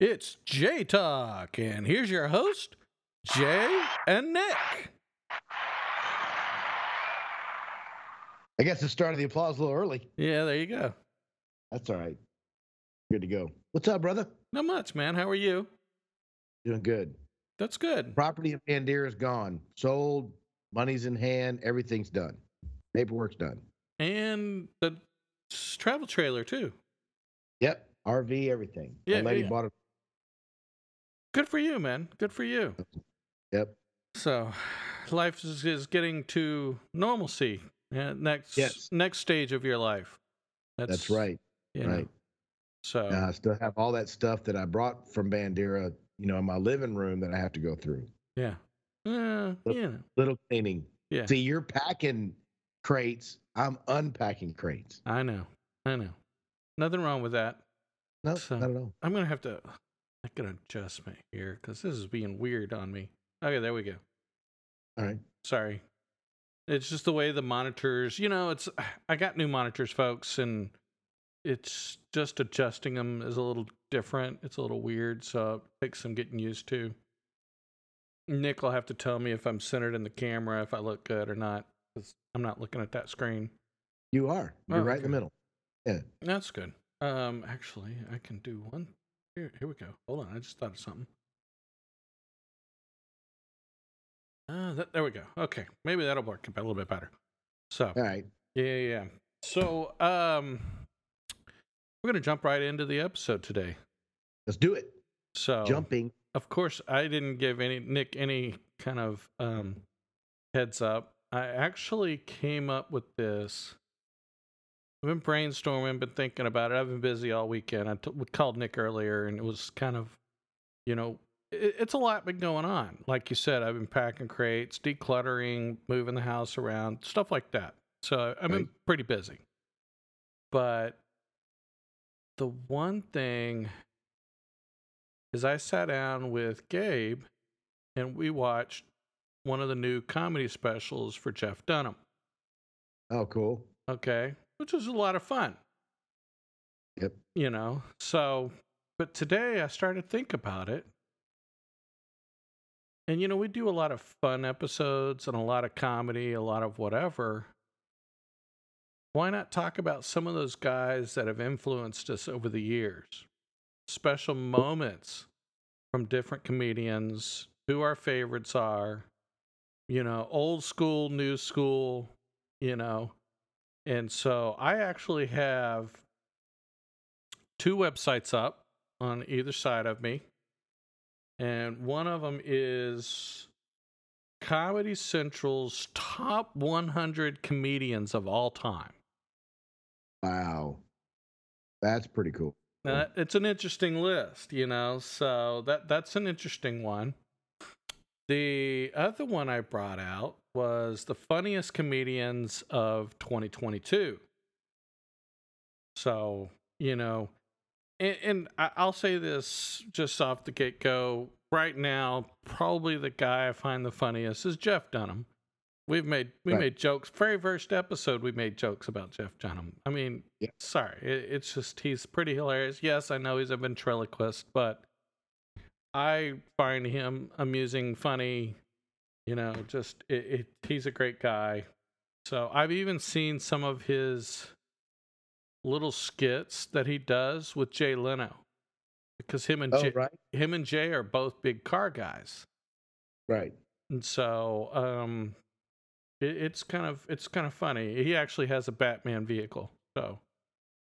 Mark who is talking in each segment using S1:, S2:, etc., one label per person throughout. S1: It's J Talk, and here's your host, Jay and Nick.
S2: I guess it started the applause a little early.
S1: Yeah, there you go.
S2: That's all right. Good to go. What's up, brother?
S1: Not much, man. How are you?
S2: Doing good.
S1: That's good.
S2: Property of Pandir is gone. Sold. Money's in hand. Everything's done. Paperwork's done.
S1: And the s- travel trailer, too.
S2: Yep. RV, everything. The
S1: Yeah,
S2: lady
S1: yeah.
S2: bought it.
S1: Good for you, man. Good for you.
S2: Yep.
S1: So, life is, is getting to normalcy. Yeah, next
S2: Yes.
S1: next stage of your life.
S2: That's right.
S1: you um, know,
S2: right.
S1: So,
S2: Now I still have all that stuff that I brought from Bandera, you know, in my living room that I have to go through.
S1: yeah. Uh,
S2: Look.
S1: yeah.
S2: Little cleaning.
S1: Yeah.
S2: See, you're packing crates. I'm unpacking crates.
S1: I know. I know. Nothing wrong with that.
S2: No,
S1: So-
S2: not at all.
S1: I'm gonna have to make an adjustment here because this is being weird on me. Okay, there we go.
S2: All right.
S1: Sorry. It's just the way the monitors, you know, it's I got new monitors, folks, and it's just adjusting them is a little different. It's a little weird, so it takes some getting used to. Nick will have to tell me if I'm centered in the camera, if I look good or not, because I'm not looking at that screen.
S2: You are. You're
S1: Oh,
S2: right in the
S1: okay.
S2: middle.
S1: That's good. Um, actually, I can do one. Here, here we go. Hold on, I just thought of something. Ah, that, there we go. Okay, maybe that'll work a little bit better. So,
S2: All right.
S1: yeah, yeah. yeah. So, um, we're gonna jump right into the episode today.
S2: Let's do it.
S1: So,
S2: Jumping.
S1: of course, I didn't give any Nick any kind of um heads up. I actually came up with this. I've been brainstorming, been thinking about it. I've been busy all weekend. I t- we called Nick earlier, and it was kind of, you know, it, it's a lot been going on. Like you said, I've been packing crates, decluttering, moving the house around, stuff like that. So I've been
S2: Right.
S1: pretty busy. But the one thing is I sat down with Gabe and we watched one of the new comedy specials for Jeff Dunham.
S2: Oh, cool.
S1: Okay. Which was a lot of fun.
S2: Yep.
S1: You know, so, but today I started to think about it. And, you know, we do a lot of fun episodes and a lot of comedy, a lot of whatever. Why not talk about some of those guys that have influenced us over the years? Special moments from different comedians, who our favorites are, you know, old school, new school, you know. And so I actually have two websites up on either side of me. And one of them is Comedy Central's top 100 comedians of all time.
S2: Wow. That's pretty cool.
S1: Now, that- Uh, it's an interesting list, you know. So that that's an interesting one. The other one I brought out was the funniest comedians of 2022. So you know, and, and I- I'll say this just off the get go. Right now, probably the guy I find the funniest is Jeff Dunham. We've made we
S2: Right.
S1: made jokes. Very first episode, we made jokes about Jeff Dunham. I mean,
S2: Yeah.
S1: sorry, it, it's just he's pretty hilarious. Yes, I know he's a ventriloquist, but I find him amusing, funny. You know, just it, it, he's a great guy. So I've even seen some of his little skits that he does with Jay Leno, because him and
S2: Oh,
S1: Jay,
S2: right.
S1: him and Jay are both big car guys
S2: Right.
S1: and so um it, it's kind of it's kind of funny he actually has a batman vehicle so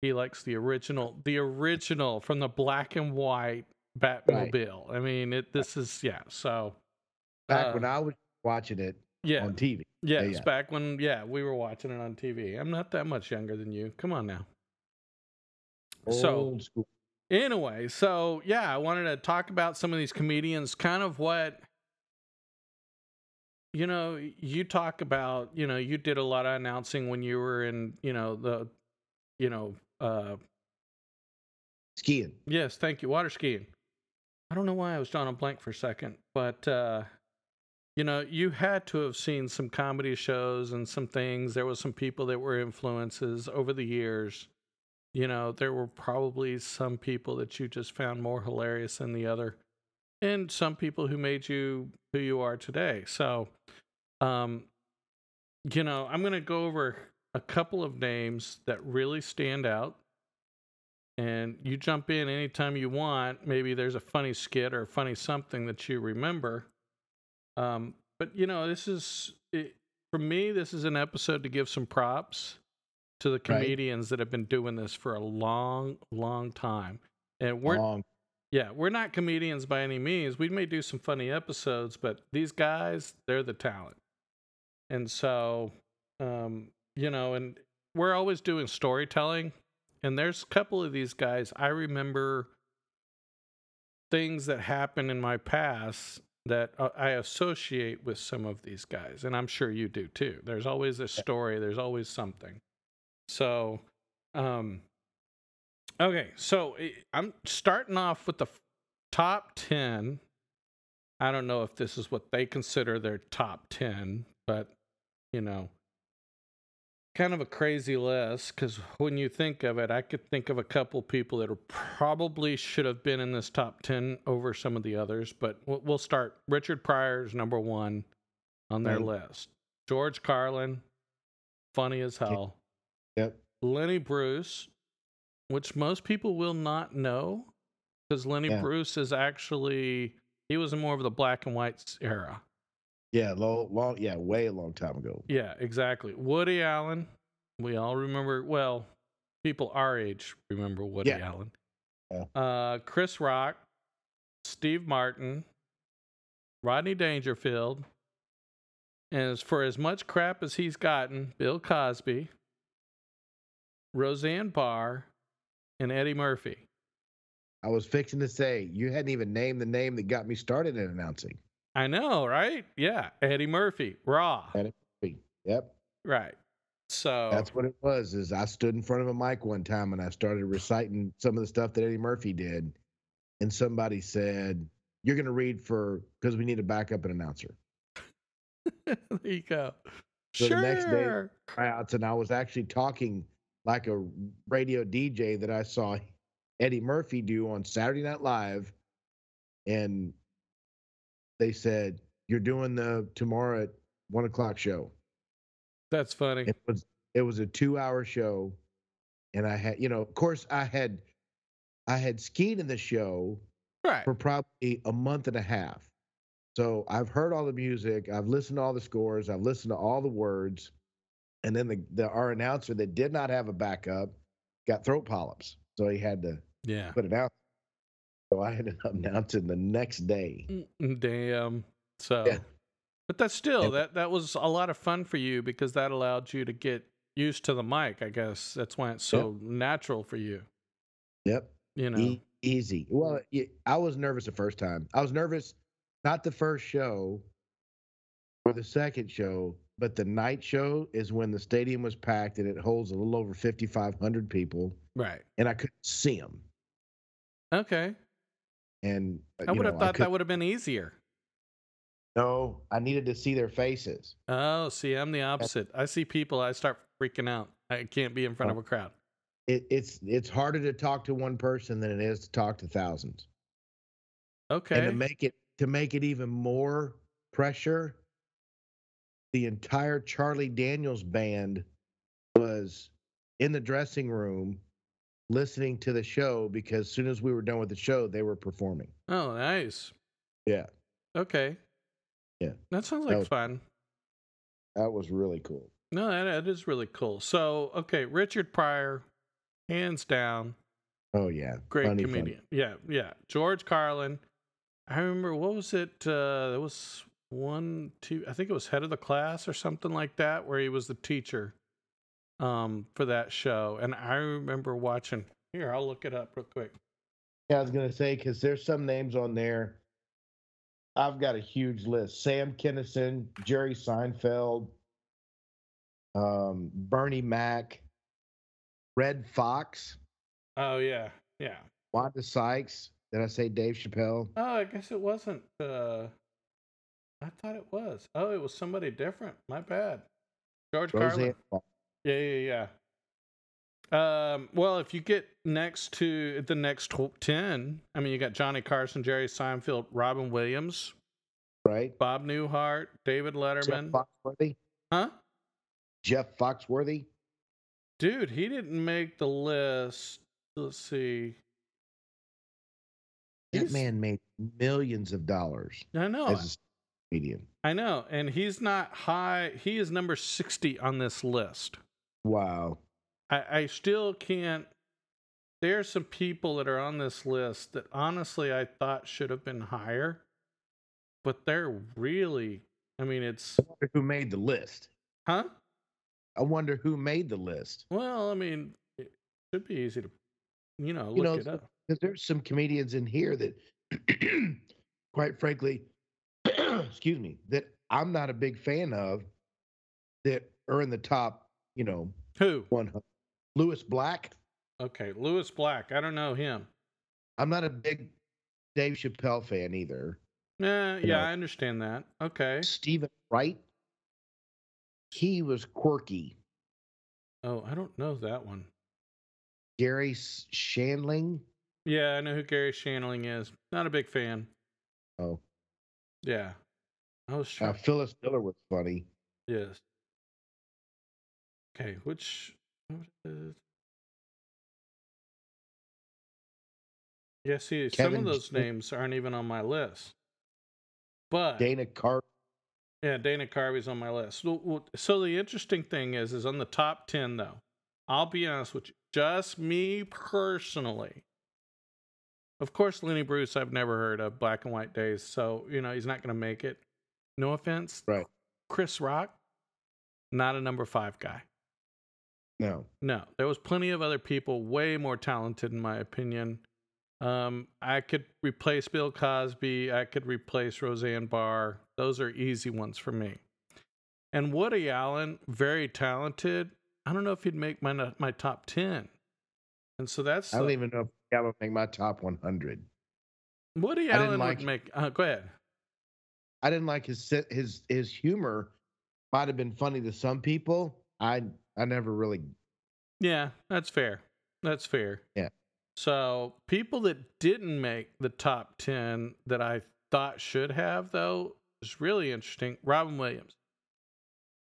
S1: he likes
S2: Uh,
S1: the original the original from the black and white batmobile i mean
S2: Uh
S1: it this is yeah so
S2: Back
S1: Uh,
S2: when I was watching it
S1: yeah
S2: on TV.
S1: yeah,
S2: yeah,
S1: it's
S2: yeah.
S1: back when yeah we were watching it on tv i'm not that much younger than you come on now So-
S2: Old school.
S1: anyway so yeah i wanted to talk about some of these comedians kind of what you know you talk about you know you did a lot of announcing when you were in you know the you know uh
S2: Skiing.
S1: yes thank you water skiing i don't know why i was drawing a blank for a second but uh you know you had to have seen some comedy shows and some things there was some people that were influences over the years You know, there were probably some people that you just found more hilarious than the other, and some people who made you who you are today. So, um, you know, I'm going to go over a couple of names that really stand out. And you jump in anytime you want. Maybe there's a funny skit or a funny something that you remember. Um, but you know, this is it, for me. This is an episode to give some props to the
S2: Right.
S1: comedians that have been doing this for a long, long time. And we're
S2: Long.
S1: yeah, we're not comedians by any means. We may do some funny episodes, but these guys, they're the talent. And so, um, you know, and we're always doing storytelling. And there's a couple of these guys I remember things that happened in my past that uh, I associate with some of these guys. And I'm sure you do too. There's always a story, there's always something. So, um, Okay, so eh, I'm starting off with the f- top 10. I don't know if this is what they consider their top 10, but you know, kind of a crazy list because when you think of it, I could think of a couple people that are probably should have been in this top 10 over some of the others, but we'll we'll start. Richard Pryor's number one on their list, George Carlin, funny as hell.
S2: Yep.
S1: Lenny Bruce, which most people will not know, because Lenny
S2: Yeah.
S1: Bruce is actually he was in more of the black and white era.
S2: Yeah. Long. Long. Yeah. Way a long time ago.
S1: Yeah, exactly. Woody Allen, we all remember. Well, people our age remember Woody
S2: Yeah.
S1: Allen.
S2: Yeah.
S1: Uh, Chris Rock, Steve Martin, Rodney Dangerfield, and as for as much crap as he's gotten, Bill Cosby, Roseanne Barr, and Eddie Murphy.
S2: I was fixing to say you hadn't even named the name that got me started in announcing.
S1: I know, right? Yeah, Eddie Murphy, Raw.
S2: Eddie- Yep.
S1: Right. So
S2: That's what it was. Is I stood in front of a mic one time and I started reciting some of the stuff that Eddie Murphy did, and somebody said, "You're going to read for because we need to back up an announcer."
S1: there you go.
S2: So
S1: sure.
S2: the next day- Tryouts, And I was actually talking like a radio DJ that I saw Eddie Murphy do on Saturday Night Live, and they said, "You're doing the tomorrow at one o'clock show."
S1: That's funny.
S2: it was it was a two hour show and i had you know of course i had i had skied in the show
S1: Right.
S2: for probably a month and a half so i've heard all the music i've listened to all the scores i've listened to all the words and then the, the our announcer that did not have a backup got throat polyps so he had to
S1: Yeah.
S2: put it out so i ended up announcing the next day
S1: Mm, Damn. So,
S2: Yeah.
S1: but that's still
S2: Yeah.
S1: that that was a lot of fun for you because that allowed you to get used to the mic. I guess that's why it's
S2: Yeah.
S1: so natural for you.
S2: yep
S1: You know.
S2: E- easy. Well, y- I was nervous the first time. I was nervous, not the first show or the second show, but the night show is when the stadium was packed and it holds a little over 5,500 people,
S1: Right.
S2: and I couldn't see them.
S1: Okay.
S2: And uh,
S1: I
S2: you
S1: would
S2: know,
S1: have thought
S2: could,
S1: that would have been easier.
S2: No, I needed to see their faces.
S1: Oh, see, I'm the opposite. I see people, I start freaking out. I can't be in front of
S2: Oh.
S1: a crowd.
S2: It, it's it's harder to talk to one person than it is to talk to thousands. And
S1: Okay.
S2: to make it to make it even more pressure, the entire Charlie Daniels band was in the dressing room listening to the show because as soon as we were done with the show, they were performing.
S1: oh, nice.
S2: Yeah.
S1: Okay.
S2: Yeah.
S1: That sounds
S2: That
S1: like
S2: was-
S1: fun.
S2: That was really cool.
S1: No, that, that is really cool. So, okay, Richard Pryor, hands down,
S2: Oh yeah.
S1: great
S2: Funny, funny.
S1: comedian. Yeah, yeah. George Carlin. I remember what was it? Uh, there was one, two. I think it was head of the class or something like that, where he was the teacher um, for that show. And I remember watching. Here, I'll look it up real quick.
S2: Yeah, I was gonna say because there's some names on there. I've got a huge list: Sam Kinison, Jerry Seinfeld, um, Bernie Mac, Red Fox,
S1: Oh yeah, yeah.
S2: Wanda Sykes. Did I say Dave Chappelle?
S1: Oh, I guess it wasn't. Uh, I thought it was. Oh, it was somebody different. My bad. George Oh, Carlin.
S2: Roseanne. Barr.
S1: Yeah, yeah, yeah. Um, well, if you get next to the next tw- 10, I mean, you got Johnny Carson, Jerry Seinfeld, Robin Williams,
S2: right?
S1: Bob Newhart, David
S2: Jeff
S1: Letterman.
S2: Foxworthy.
S1: huh?
S2: Jeff Foxworthy.
S1: Dude, he didn't make the list. Let's see.
S2: That
S1: He's-
S2: man made millions of dollars
S1: Oh, I know.
S2: as a comedian.
S1: I know. And he's not high. He is number 60 on this list.
S2: Wow.
S1: I, I still can't. There are some people that are on this list that honestly I thought should have been higher, but they're really. I mean, it's.
S2: I wonder who made the list.
S1: Huh?
S2: I wonder who made the list.
S1: Well, I mean, it should be easy to, you know, look
S2: You know,
S1: it up.
S2: Because there's some comedians in here that, quite frankly, excuse me, that I'm not a big fan of that are in the top, you know,
S1: Who?
S2: 100. Lewis Black.
S1: Okay, Lewis Black. I don't know him.
S2: I'm not a big Dave Chappelle fan either.
S1: Eh, yeah,
S2: know.
S1: I understand that. Okay.
S2: Stephen Wright. He was quirky.
S1: Oh, I don't know that one.
S2: Gary S- Shandling.
S1: Yeah, I know who Gary Shandling is. Not a big fan.
S2: Oh,
S1: Yeah. I was
S2: uh,
S1: shocked.
S2: Phyllis Diller was funny.
S1: Yes. Okay, which what is- Yeah, see, some
S2: Kevin
S1: of those
S2: Smith.
S1: names aren't even on my list. But
S2: Dana Carvey.
S1: yeah, Dana Carvey's on my list. So, well, so the interesting thing is, is on the top ten though. I'll be honest with you, just me personally. Of course, Lenny Bruce, I've never heard of Black and White Days, so you know he's not going to make it. No offense,
S2: Right.
S1: Chris Rock, not a number five guy.
S2: No.
S1: No, there was plenty of other people way more talented, in my opinion. Um, I could replace Bill Cosby. I could replace Roseanne Barr. Those are easy ones for me. And Woody Allen, very talented. I don't know if he'd make my my top ten. And so that's
S2: I don't even know if I would make my top 100.
S1: Woody
S2: I didn't
S1: Allen
S2: like-
S1: would make. Uh, go ahead.
S2: I didn't like his se- his his humor. Might have been funny to some people. I I never really.
S1: Yeah, that's fair. That's fair.
S2: Yeah.
S1: So people that didn't make the top ten that I thought should have though is really interesting. Robin Williams,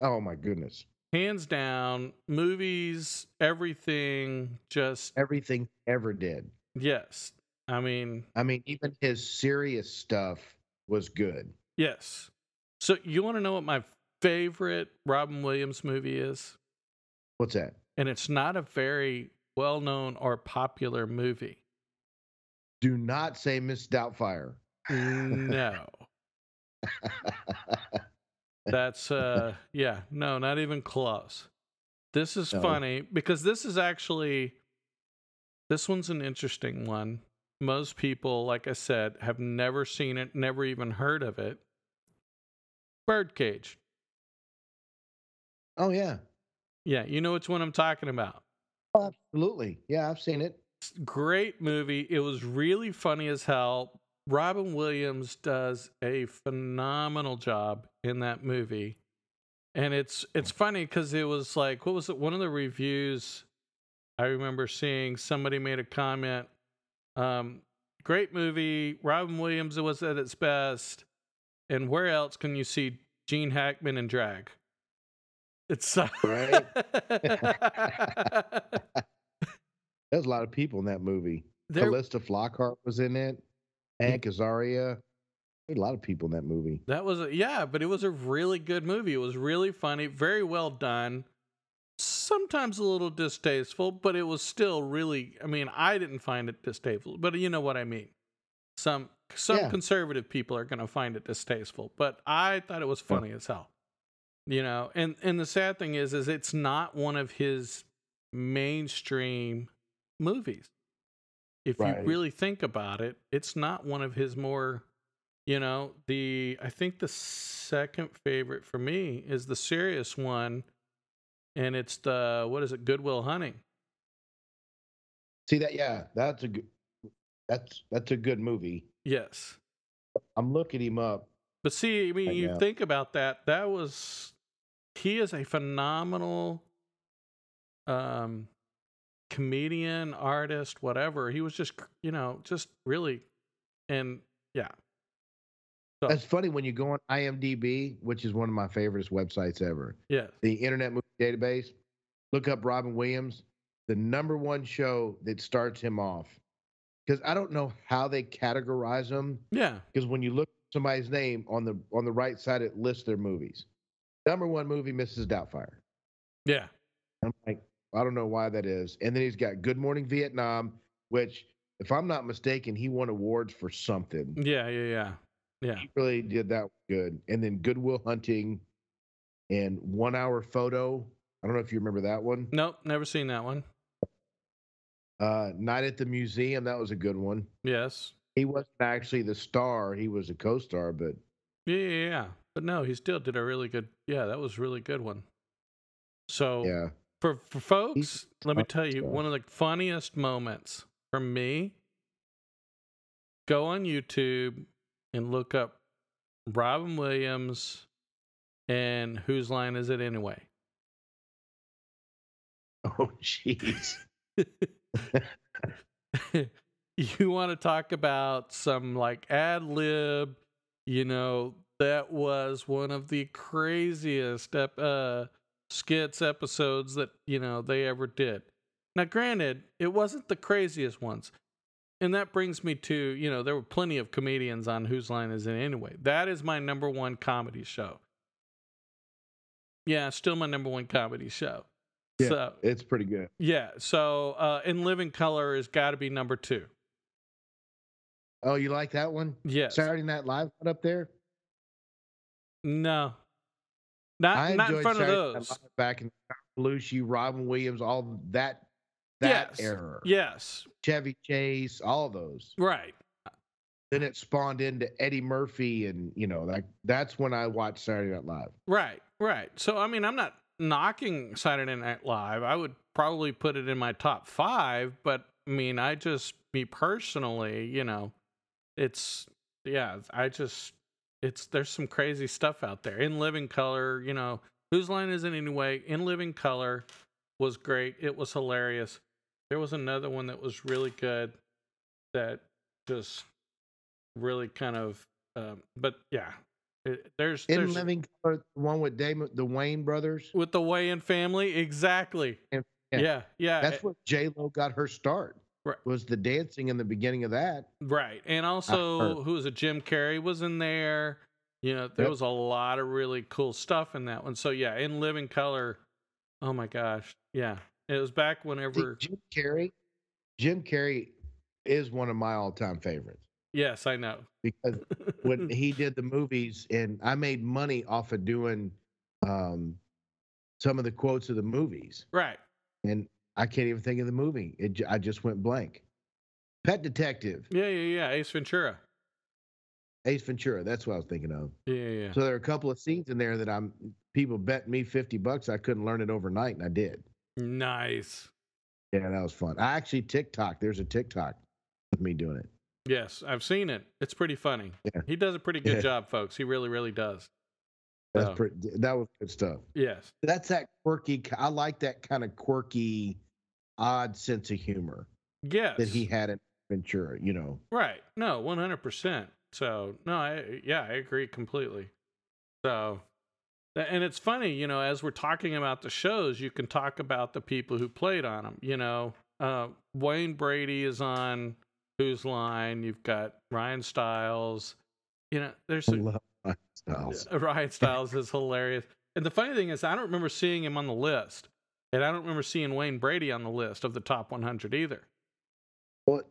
S2: Oh my goodness!
S1: hands down, movies, everything. Just
S2: Everything he ever did.
S1: yes. I mean,
S2: I mean, even his serious stuff was good.
S1: yes. So you want to know what my favorite Robin Williams movie is?
S2: What's that?
S1: And it's not a very well-known or popular movie.
S2: Do not say Miss Doubtfire.
S1: No. That's uh yeah, no, not even close. This is
S2: No.
S1: funny because this is actually this one's an interesting one. Most people, like I said, have never seen it, never even heard of it. Birdcage.
S2: oh yeah,
S1: Yeah, you know which one I'm talking about.
S2: Oh, absolutely. Yeah, I've seen it.
S1: great movie. It was really funny as hell. Robin Williams does a phenomenal job in that movie. And it's it's funny cuz it was like what was it one of the reviews I remember seeing somebody made a comment um great movie, Robin Williams was at its best. And where else can you see Gene Hackman in drag? It's
S2: Right. There's a lot of people in that movie.
S1: There-
S2: Callista Flockhart was in it. Hank Azaria. There's a lot of people in that movie.
S1: That was a, yeah, but it was a really good movie. It was really funny, very well done. Sometimes a little distasteful, but it was still really. I mean, I didn't find it distasteful, but you know what I mean. Some some
S2: Yeah.
S1: conservative people are going to find it distasteful, but I thought it was funny as hell. You know, and and the sad thing is, is it's not one of his mainstream movies. If
S2: Right.
S1: you really think about it, it's not one of his more you know, the I think the second favorite for me is the serious one, and it's the what is it? Goodwill Hunting.
S2: See that? Yeah, that's a good. That's that's a good movie.
S1: Yes,
S2: I'm looking him up.
S1: but see, I mean,
S2: I
S1: you
S2: know.
S1: think about that. That was he is a phenomenal um comedian, artist, whatever. He was just, you know, just really, and yeah. So,
S2: That's funny when you go on IMDb, which is one of my favorite websites ever,
S1: yeah.
S2: the Internet Movie Database. Look up Robin Williams, the number one show that starts him off. Because I don't know how they categorize him.
S1: Yeah.
S2: Because when you look at somebody's name on the on the right side, it lists their movies. Number one movie, Mrs. Doubtfire.
S1: Yeah.
S2: I'm like, I don't know why that is. And then he's got Good Morning Vietnam, which, if I'm not mistaken, he won awards for something.
S1: Yeah. Yeah. Yeah. Yeah.
S2: He really did that good. And then Goodwill Hunting and One Hour Photo. I don't know if you remember that one.
S1: Nope. Never seen that one.
S2: Uh, Night at the Museum. That was a good one.
S1: Yes.
S2: He wasn't actually the star, he was a co star, but
S1: Yeah. Yeah. Yeah. But no, he still did a really good. Yeah. That was a really good one. So
S2: yeah.
S1: for, for folks, let me
S2: tough
S1: tell you,
S2: guy.
S1: one of the funniest moments from me go on YouTube and look up Robin Williams and Whose Line Is It Anyway?
S2: Oh, jeez.
S1: you want to talk about some like ad lib, you know, that was one of the craziest ep- uh, skits episodes that, you know, they ever did. Now, granted, it wasn't the craziest ones. And that brings me to, you know, there were plenty of comedians on Whose Line Is It Anyway. That is my number one comedy show. Yeah, still my number one comedy show.
S2: Yeah.
S1: So,
S2: It's pretty good.
S1: yeah. So, uh, in living color has got to be number two.
S2: Oh, you like that one?
S1: Yes.
S2: Saturday Night Live went up there.
S1: No. Not not in front of
S2: Saturday Night
S1: those.
S2: Live back in Belushi, Robin Williams, all that that
S1: Yes.
S2: era.
S1: Yes.
S2: Chevy Chase, all those.
S1: Right.
S2: Then it spawned into Eddie Murphy, and you know, like that's when I watched Saturday Night Live.
S1: Right. Right. So I mean, I'm not knocking Saturday Night Live. I would probably put it in my top five, but I mean, I just me personally, you know, it's yeah. I just it's there's some crazy stuff out there in living color. You know, whose line is it anyway? In living color was great. It was hilarious. There was another one that was really good that just really kind of um, but yeah it, there's
S2: In
S1: there's
S2: Living Color, the one with Damon, the Wayne brothers.
S1: with the Wayan family, exactly.
S2: Yeah.
S1: Yeah, yeah, eh,
S2: That's where J Lo got her start.
S1: Right.
S2: Was the dancing in the beginning of that?
S1: right. And also, who was it? Jim Carrey was in there. You know, there
S2: Yep.
S1: was a lot of really cool stuff in that one. So yeah, in Living Color, oh my gosh, yeah, it was back
S2: See,
S1: whenever.
S2: Jim Carrey. Jim Carrey is one of my all-time favorites
S1: Yes, I know.
S2: because when he did the movies and I made money off of doing um, some of the quotes of the movies
S1: right.
S2: and I can't even think of the movie. It ju- I just went blank. Pet Detective,
S1: Yeah, yeah, yeah. Ace Ventura.
S2: Ace Ventura. That's what I was thinking of.
S1: Yeah, yeah, yeah.
S2: So there are a couple of scenes in there that I'm people bet me fifty bucks I couldn't learn it overnight and I did.
S1: nice.
S2: Yeah, that was fun. I actually TikTok. There's a TikTok of me doing it.
S1: Yes, I've seen it. It's pretty funny.
S2: Yeah.
S1: He does a pretty good
S2: Yeah.
S1: job, folks. He really, really does.
S2: That's
S1: So,
S2: pretty. That was good stuff.
S1: yes.
S2: That's that quirky. I like that kind of quirky, odd sense of humor
S1: Yes.
S2: that he had in Ventura. You know,
S1: Right. No, 100%. So, no, I yeah, I agree completely. So, tha- and it's funny, you know, as we're talking about the shows, you can talk about the people who played on them, you know. Uh, Wayne Brady is on Who's Line. You've got Ryan Stiles. You know, there's
S2: I
S1: a,
S2: love Ryan Stiles.
S1: uh, Ryan Stiles is hilarious. And the funny thing is, I don't remember seeing him on the list. And I don't remember seeing Wayne Brady on the list of the top 100 either.
S2: What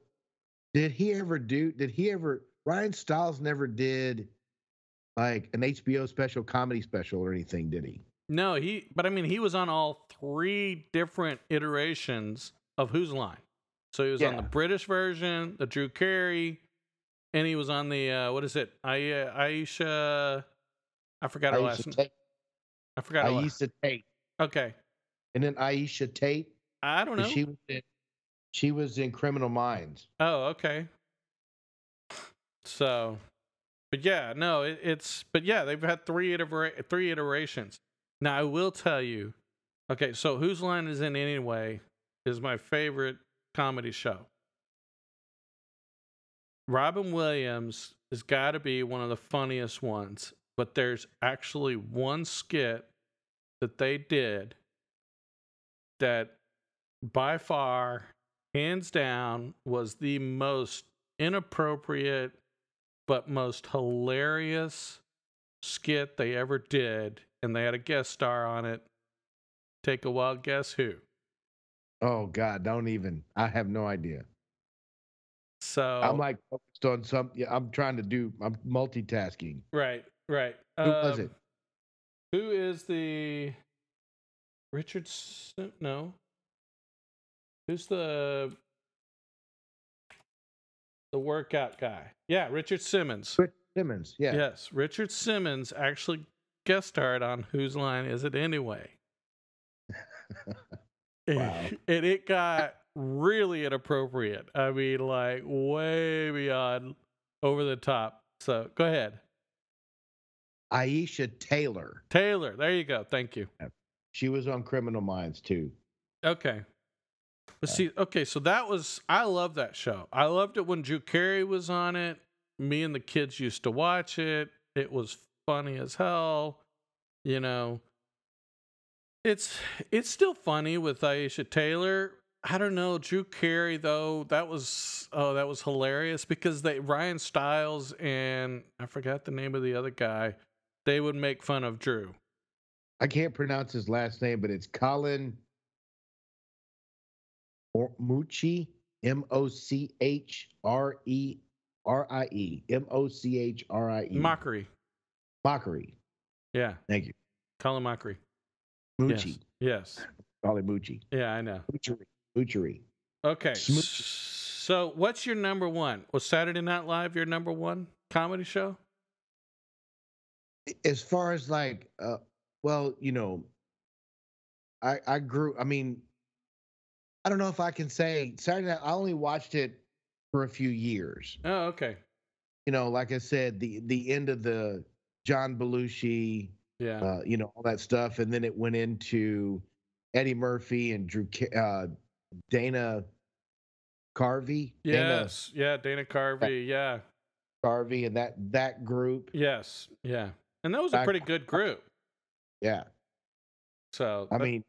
S2: did he ever do? Did he ever? Ryan Stiles never did like an HBO special, comedy special, or anything, did he?
S1: No, he. But I mean, he was on all three different iterations of Who's Line. So he was on the
S2: Yeah.
S1: British version, the Drew Carey, and he was on the uh, what is it? I, uh, Aisha. I forgot her last.
S2: Aisha
S1: name.
S2: Tate.
S1: I forgot her last.
S2: Aisha Tate.
S1: Okay,
S2: And then Aisha Tate.
S1: I don't know.
S2: She was in, she was in Criminal Minds.
S1: Oh, okay. So, but yeah, no, it, it's but yeah, they've had three itera- three iterations. Now I will tell you. Okay, so whose line is in anyway? is my favorite comedy show. Robin Williams has got to be one of the funniest ones, but there's actually one skit that they did that by far, hands down, was the most inappropriate but most hilarious skit they ever did. And they had a guest star on it. Take a wild guess who?
S2: Oh God, don't even. I have no idea.
S1: So
S2: I'm like focused on something. I'm trying to do. I'm multitasking.
S1: right, right. um,
S2: Who was it?
S1: Who is the Richard? S- No. Who's the the workout guy? Yeah, Richard Simmons.
S2: Rich- Simmons. Yeah.
S1: Yes, Richard Simmons actually guest starred on Whose Line Is It Anyway?
S2: Wow.
S1: and it got really inappropriate. I mean, like way beyond over the top. So go ahead.
S2: Aisha Taylor.
S1: Taylor, there you go. Thank you.
S2: She was on Criminal Minds too.
S1: Okay. But
S2: Yeah.
S1: see, okay, so that was I love that show. I loved it when Drew Carey was on it. Me and the kids used to watch it. It was funny as hell. You know. It's it's still funny with Aisha Taylor. I don't know, Drew Carey though, that was oh, that was hilarious because they Ryan Stiles and I forgot the name of the other guy, they would make fun of Drew.
S2: I can't pronounce his last name, but it's Colin Or- Mucci, M O C H R E R I E, M O C H R I E.
S1: Mockery.
S2: Mockery.
S1: Yeah.
S2: Thank you.
S1: Colin Mockery.
S2: Mucci.
S1: Yes. yes.
S2: Colin Mucci.
S1: Yeah, I know.
S2: Mucci. Mucci.
S1: Okay.
S2: Smooth.
S1: s- So, what's your number one? Was Saturday Night Live your number one comedy show?
S2: as far as like uh well you know i i grew i mean i don't know if i can say saturday night i only watched it for a few years
S1: Oh, okay.
S2: you know like i said the the end of the john belushi
S1: Yeah.
S2: uh you know all that stuff and then it went into eddie murphy and drew Ca- uh dana carvey dana
S1: yes. yeah. Dana Carvey. Yeah.
S2: carvey and that that group
S1: Yes. Yeah. And that was a
S2: I-
S1: pretty good group.
S2: yeah
S1: So,
S2: I
S1: that-
S2: mean,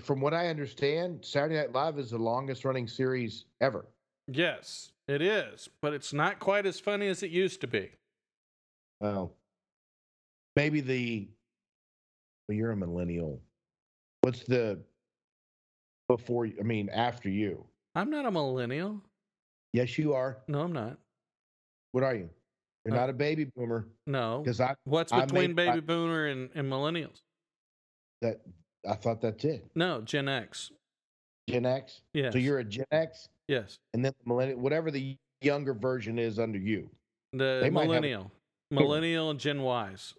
S2: from what I understand, Saturday Night Live is the longest running series ever.
S1: yes, it is, but it's not quite as funny as it used to be.
S2: Well, maybe the well, you're a millennial. What's the before? I mean, after you?
S1: I'm not a millennial.
S2: Yes, you are.
S1: No, I'm not.
S2: What are you? You're
S1: Uh,
S2: not a baby boomer
S1: No.
S2: because I
S1: What's
S2: I made
S1: between baby
S2: my-
S1: boomer and, and millennials?
S2: that I thought that's it.
S1: No, Gen X.
S2: Gen X.
S1: Yes.
S2: So you're a Gen X,
S1: yes.
S2: and then millennial, whatever the younger version is under you,
S1: The
S2: They might have a-
S1: millennial, millennial and Gen Ys.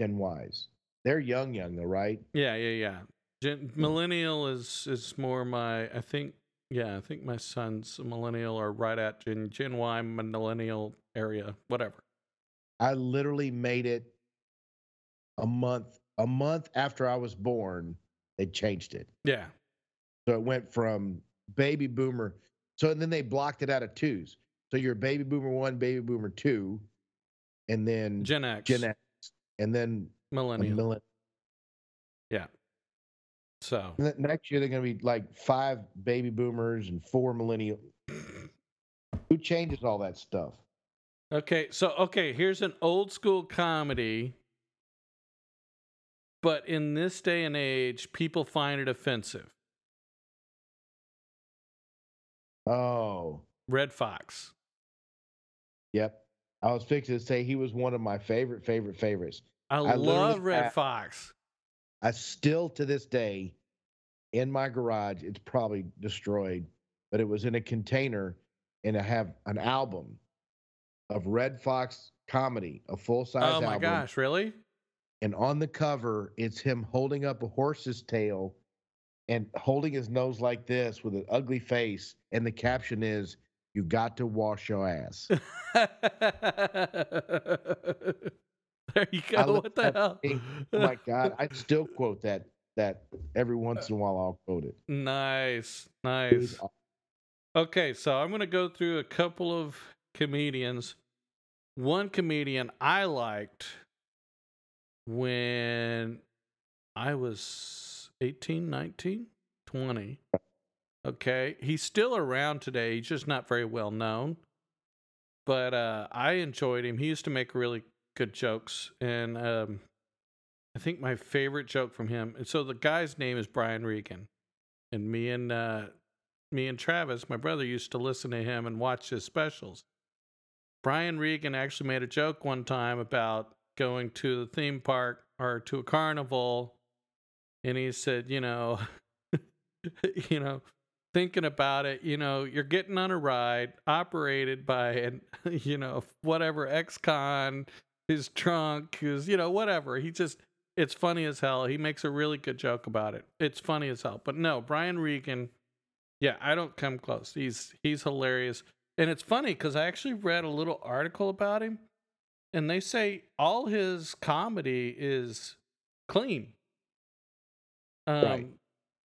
S2: Gen Ys. They're young, young though, right?
S1: Yeah, yeah, yeah.
S2: Mm.
S1: Gen- millennial is is more my. I think. Yeah, I think my son's a millennial or right at Gen Gen Y millennial area, whatever.
S2: I literally made it a month a month after I was born. They changed it,
S1: Yeah,
S2: so it went from baby boomer. So and then they blocked it out of twos. So you're baby boomer one, baby boomer two, and then
S1: Gen X,
S2: Gen X, and then a
S1: millennial.
S2: millennial.
S1: so
S2: And then Next year they're going to be like five baby boomers and four millennial. Who changes all that stuff?
S1: okay, so okay, here's an old school comedy, but in this day and age, people find it offensive.
S2: Oh,
S1: Red Fox.
S2: yep. I was fixing to say he was one of my favorite, favorite, favorites.
S1: I,
S2: literally
S1: love Red
S2: have-
S1: Fox.
S2: I still to this day in my garage, it's probably destroyed, but it was in a container and I have an album of Red Fox comedy, a full size
S1: Oh my
S2: album.
S1: gosh, really?
S2: And on the cover, it's him holding up a horse's tail and holding his nose like this with an ugly face. And the caption is, You got to wash your ass.
S1: there you go.
S2: I looked
S1: What the
S2: at
S1: hell?
S2: it, oh my God, I still quote that that every once in a while I'll quote it.
S1: Nice, nice. Okay, so I'm going to go through a couple of comedians. One comedian I liked when I was 18, 19, 20. Okay, he's still around today. He's just not very well known. But uh, I enjoyed him. He used to make really good jokes. And um, I think my favorite joke from him. And so the guy's name is Brian Regan, and me and uh, me and Travis, my brother, used to listen to him and watch his specials. Brian Regan actually made a joke one time about going to the theme park or to a carnival, and he said, you know, you know, thinking about it, you know, you're getting on a ride operated by an, you know, whatever ex-con who's drunk, who's you know, whatever. He just it's funny as hell. He makes a really good joke about it. It's funny as hell. But no, Brian Regan, yeah, I don't come close. He's he's hilarious. And it's funny because I actually read a little article about him, and they say all his comedy is clean. Um,
S2: Right.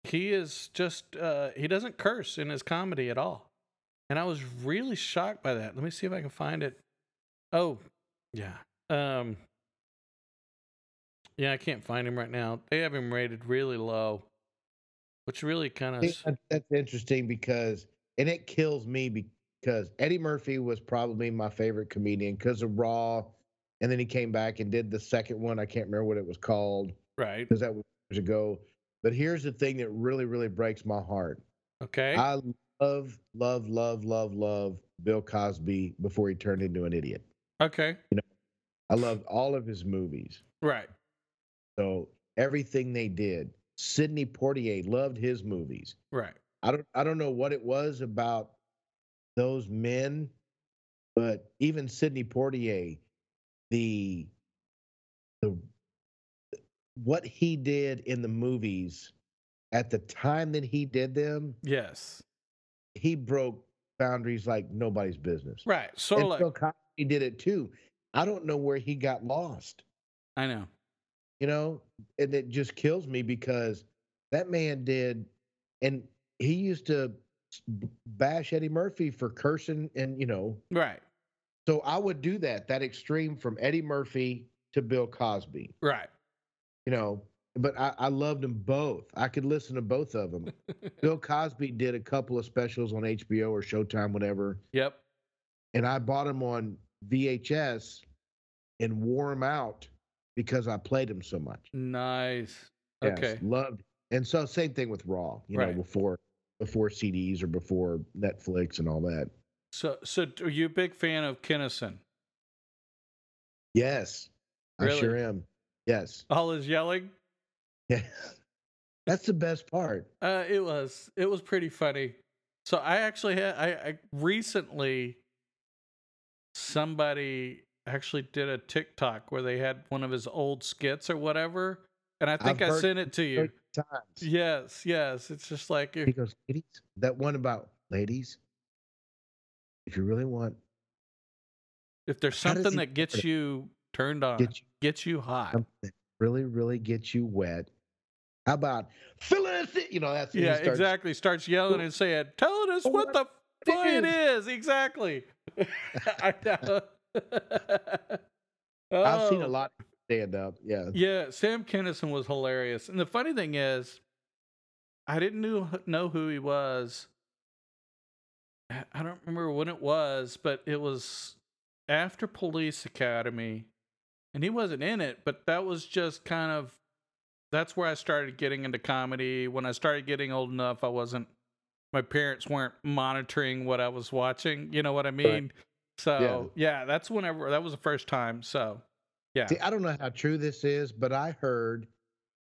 S1: he is just uh, he doesn't curse in his comedy at all, and I was really shocked by that. Let me see if I can find it. Oh, yeah. Um, yeah, I can't find him right now. They have him rated really low, which really kind
S2: I
S1: of
S2: think that- That's interesting because, and it kills me because Eddie Murphy was probably my favorite comedian because of Raw, and then he came back and did the second one. I can't remember what it was called
S1: right.
S2: because that was years ago. But here's the thing that really, really breaks my heart.
S1: Okay.
S2: I love, love, love, love, love Bill Cosby before he turned into an idiot.
S1: okay.
S2: I loved all of his movies.
S1: Right.
S2: So everything they did. Sidney Portier loved his movies.
S1: Right.
S2: I don't I don't know what it was about those men, but even Sidney Portier, the the what he did in the movies at the time that he did them,
S1: Yes.
S2: he broke boundaries like nobody's business.
S1: Right. Sort of
S2: and
S1: like
S2: Phil Cosby did it too. I don't know where he got lost.
S1: I know.
S2: you know and it just kills me because that man did and he used to b- bash eddie murphy for cursing and you know
S1: Right.
S2: so i would do that that extreme from eddie murphy to bill cosby
S1: Right.
S2: you know but i, I loved them both i could listen to both of them bill cosby did a couple of specials on hbo or showtime whatever
S1: Yep.
S2: and i bought them on vhs and wore them out because i played them so much
S1: Nice.
S2: Yes,
S1: Okay.
S2: Loved. And so same thing with Raw, you
S1: Right.
S2: know, before before CDs or before Netflix and all that.
S1: So so d- are you a big fan of Kinnison?
S2: Yes.
S1: Really?
S2: I sure am. Yes.
S1: All his yelling?
S2: Yes. That's the best part.
S1: Uh it was it was pretty funny. So I actually had I, I recently somebody actually did a TikTok where they had one of his old skits or whatever. And I think
S2: I've
S1: I
S2: heard-
S1: sent it to you.
S2: Thirty Times.
S1: Yes, yes. It's just like
S2: He
S1: if-
S2: goes, ladies. That one about ladies. If you really want
S1: if there's
S2: How does
S1: something
S2: he
S1: that gets
S2: put it?
S1: you turned on,
S2: get you
S1: gets you hot.
S2: something that really, really gets you wet. How about Phyllis? You know, that's when he
S1: Yeah,
S2: starts-
S1: exactly. Starts yelling and saying, "Telling us
S2: Well,
S1: what
S2: what
S1: the
S2: it
S1: fuck it is." Exactly. I know.
S2: I've seen a
S1: Oh.
S2: lot of stand up. Yeah.
S1: Yeah, Sam Kinison was hilarious, and the funny thing is, I didn't knew, know who he was. I I don't remember when it was, but it was after Police Academy, and he wasn't in it. But that was just kind of that's where I started getting into comedy. When I started getting old enough, I wasn't. My parents weren't monitoring what I was watching. You know what I mean? So yeah, that's whenever that was the first time. So yeah,
S2: See, I don't know how true this is, but I heard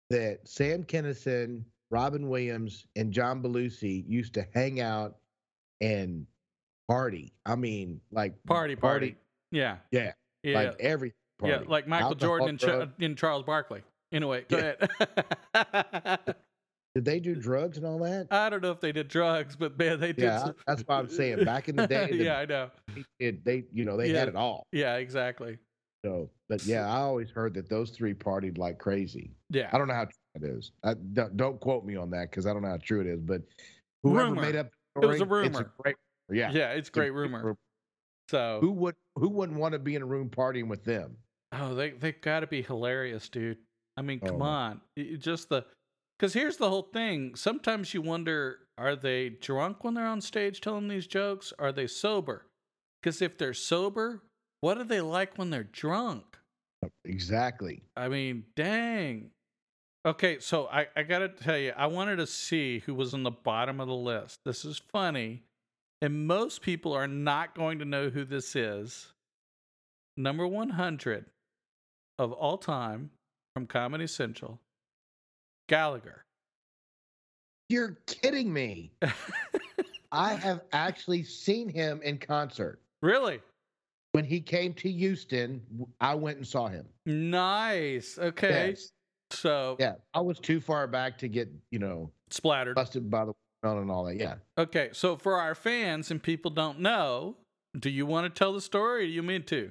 S2: that Sam Kennison, Robin Williams, and John Belushi used to hang out and party. I mean, like
S1: Party, party. Yeah.
S2: Yeah,
S1: Yeah.
S2: like every party.
S1: Yeah. Like Michael
S2: Alcohol,
S1: Jordan and, Ch-
S2: drug-
S1: and Charles Barkley. Anyway, go ahead.
S2: Did they do drugs and all that?
S1: I don't know if they did drugs, but man, they did.
S2: yeah,
S1: some-
S2: that's what I'm saying. Back in the day, the-
S1: yeah, I know.
S2: it- they you know they
S1: Yeah.
S2: had it all.
S1: Yeah, exactly.
S2: So, but yeah, I always heard that those three partied like crazy.
S1: Yeah.
S2: I don't know how true it is. I, don't, don't quote me on that because I don't know how true it is, but whoever
S1: Rumor.
S2: made up the
S1: It was a
S2: story, it's
S1: rumor.
S2: great- yeah.
S1: yeah, it's
S2: a
S1: great
S2: great
S1: rumor.
S2: rumor.
S1: So
S2: Who would who wouldn't want to be in a room partying with them?
S1: Oh, they they got to be hilarious, dude. I mean, come
S2: Oh.
S1: on, Y- y- just the because here's the whole thing. Sometimes you wonder, are they drunk when they're on stage telling these jokes? Are they sober? Because if they're sober, what do they like when they're drunk?
S2: Exactly.
S1: I mean, dang. Okay, so I, I gotta tell you, I wanted to see who was on the bottom of the list. This is funny. And most people are not going to know who this is. Number 100 of all time from Comedy Central, Gallagher.
S2: You're kidding me. I have actually seen him in concert.
S1: really?
S2: When he came to Houston, w- I went and saw him.
S1: Nice. Okay.
S2: Yes.
S1: So,
S2: Yeah. I was too far back to get, you know,
S1: splattered.
S2: busted by the watermelon and all that. Yeah.
S1: Okay, so for our fans and people don't know, do you want to tell the story or do you mean to?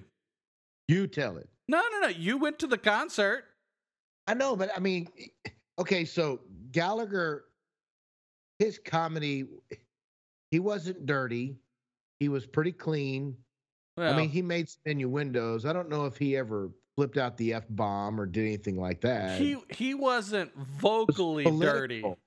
S2: You tell it.
S1: No, no, no. You went to the concert.
S2: I know, but I mean, e, okay, so Gallagher, his comedy, he wasn't dirty. He was pretty clean.
S1: Well,
S2: I mean, he made some innuendos. I don't know if he ever flipped out the F bomb or did anything like that.
S1: he he wasn't vocally dirty.
S2: political.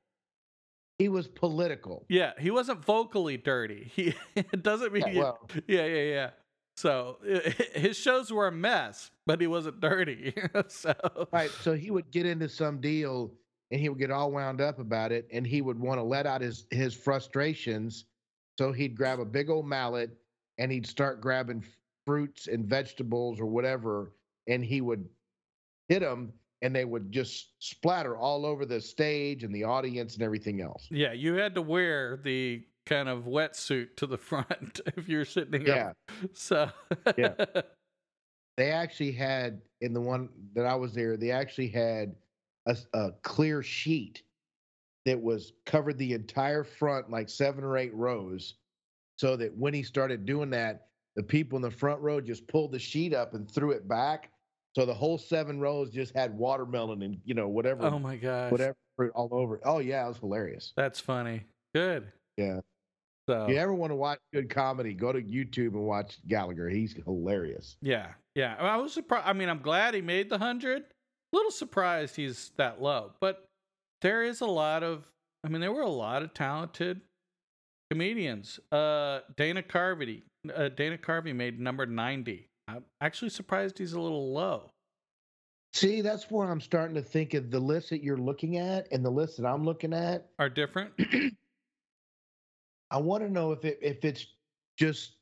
S2: He was political.
S1: Yeah, he wasn't vocally dirty. He it doesn't mean
S2: Yeah,
S1: yeah,
S2: well,
S1: yeah, yeah, So i- i- his shows were a mess, but he wasn't dirty. so
S2: right. So he would get into some deal and he would get all wound up about it and he would want to let out his, his frustrations. So he'd grab a big old mallet and he'd start grabbing fruits and vegetables or whatever and he would hit them and they would just splatter all over the stage and the audience and everything else.
S1: yeah, you had to wear the kind of wetsuit to the front if you're sitting
S2: Yeah.
S1: up. So
S2: Yeah. they actually had in the one that I was there, they actually had a, s- a clear sheet that was covered the entire front, like seven or eight rows, so that when he started doing that, the people in the front row just pulled the sheet up and threw it back. So the whole seven rows just had watermelon and you know whatever,
S1: oh my gosh.
S2: whatever fruit all over. it. Oh yeah, it was hilarious.
S1: That's funny. Good.
S2: Yeah.
S1: So
S2: If you ever want to watch good comedy, go to YouTube and watch Gallagher. He's hilarious.
S1: Yeah, yeah. I was surprised. I mean, I'm glad he made the hundred. Little surprised he's that low, but there is a lot of. I mean, there were a lot of talented comedians. Uh, Dana Carvey. Uh, Dana Carvey made number ninety. I'm actually surprised he's a little low.
S2: See, that's where I'm starting to think of the list that you're looking at and the list that I'm looking at.
S1: Are different.
S2: I want to know if it if it's just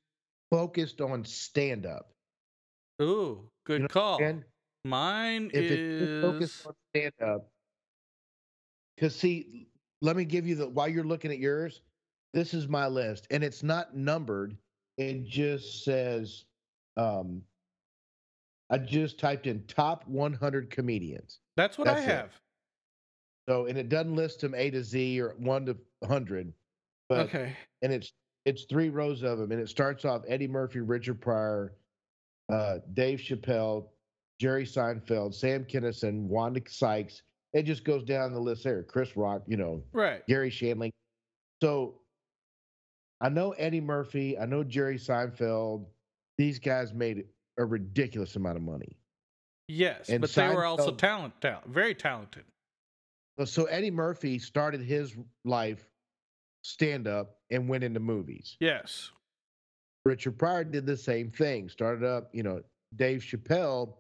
S2: focused on stand up.
S1: Ooh, good
S2: know,
S1: call.
S2: And
S1: Mine
S2: if it's just
S1: Oh, is
S2: focused on stand up, because see, let me give you the while you're looking at yours, this is my list. And it's not numbered. It just says um I just typed in top 100 comedians.
S1: that's what I
S2: that's it.
S1: have.
S2: So, and it doesn't list them A to Z or one to hundred, but
S1: okay.
S2: and it's it's three rows of them, and it starts off Eddie Murphy, Richard Pryor, uh, Dave Chappelle, Jerry Seinfeld, Sam Kinison, Wanda Sykes. It just goes down the list there. Chris Rock, you know,
S1: Right.
S2: Gary Shandling. So, I know Eddie Murphy. I know Jerry Seinfeld. These guys made a ridiculous amount of money.
S1: Yes,
S2: And
S1: but they were also
S2: Seinfeld-
S1: talent, talent, very talented.
S2: Well, So Eddie Murphy started his life stand up and went into movies.
S1: Yes.
S2: Richard Pryor did the same thing. Started up, you know, Dave Chappelle,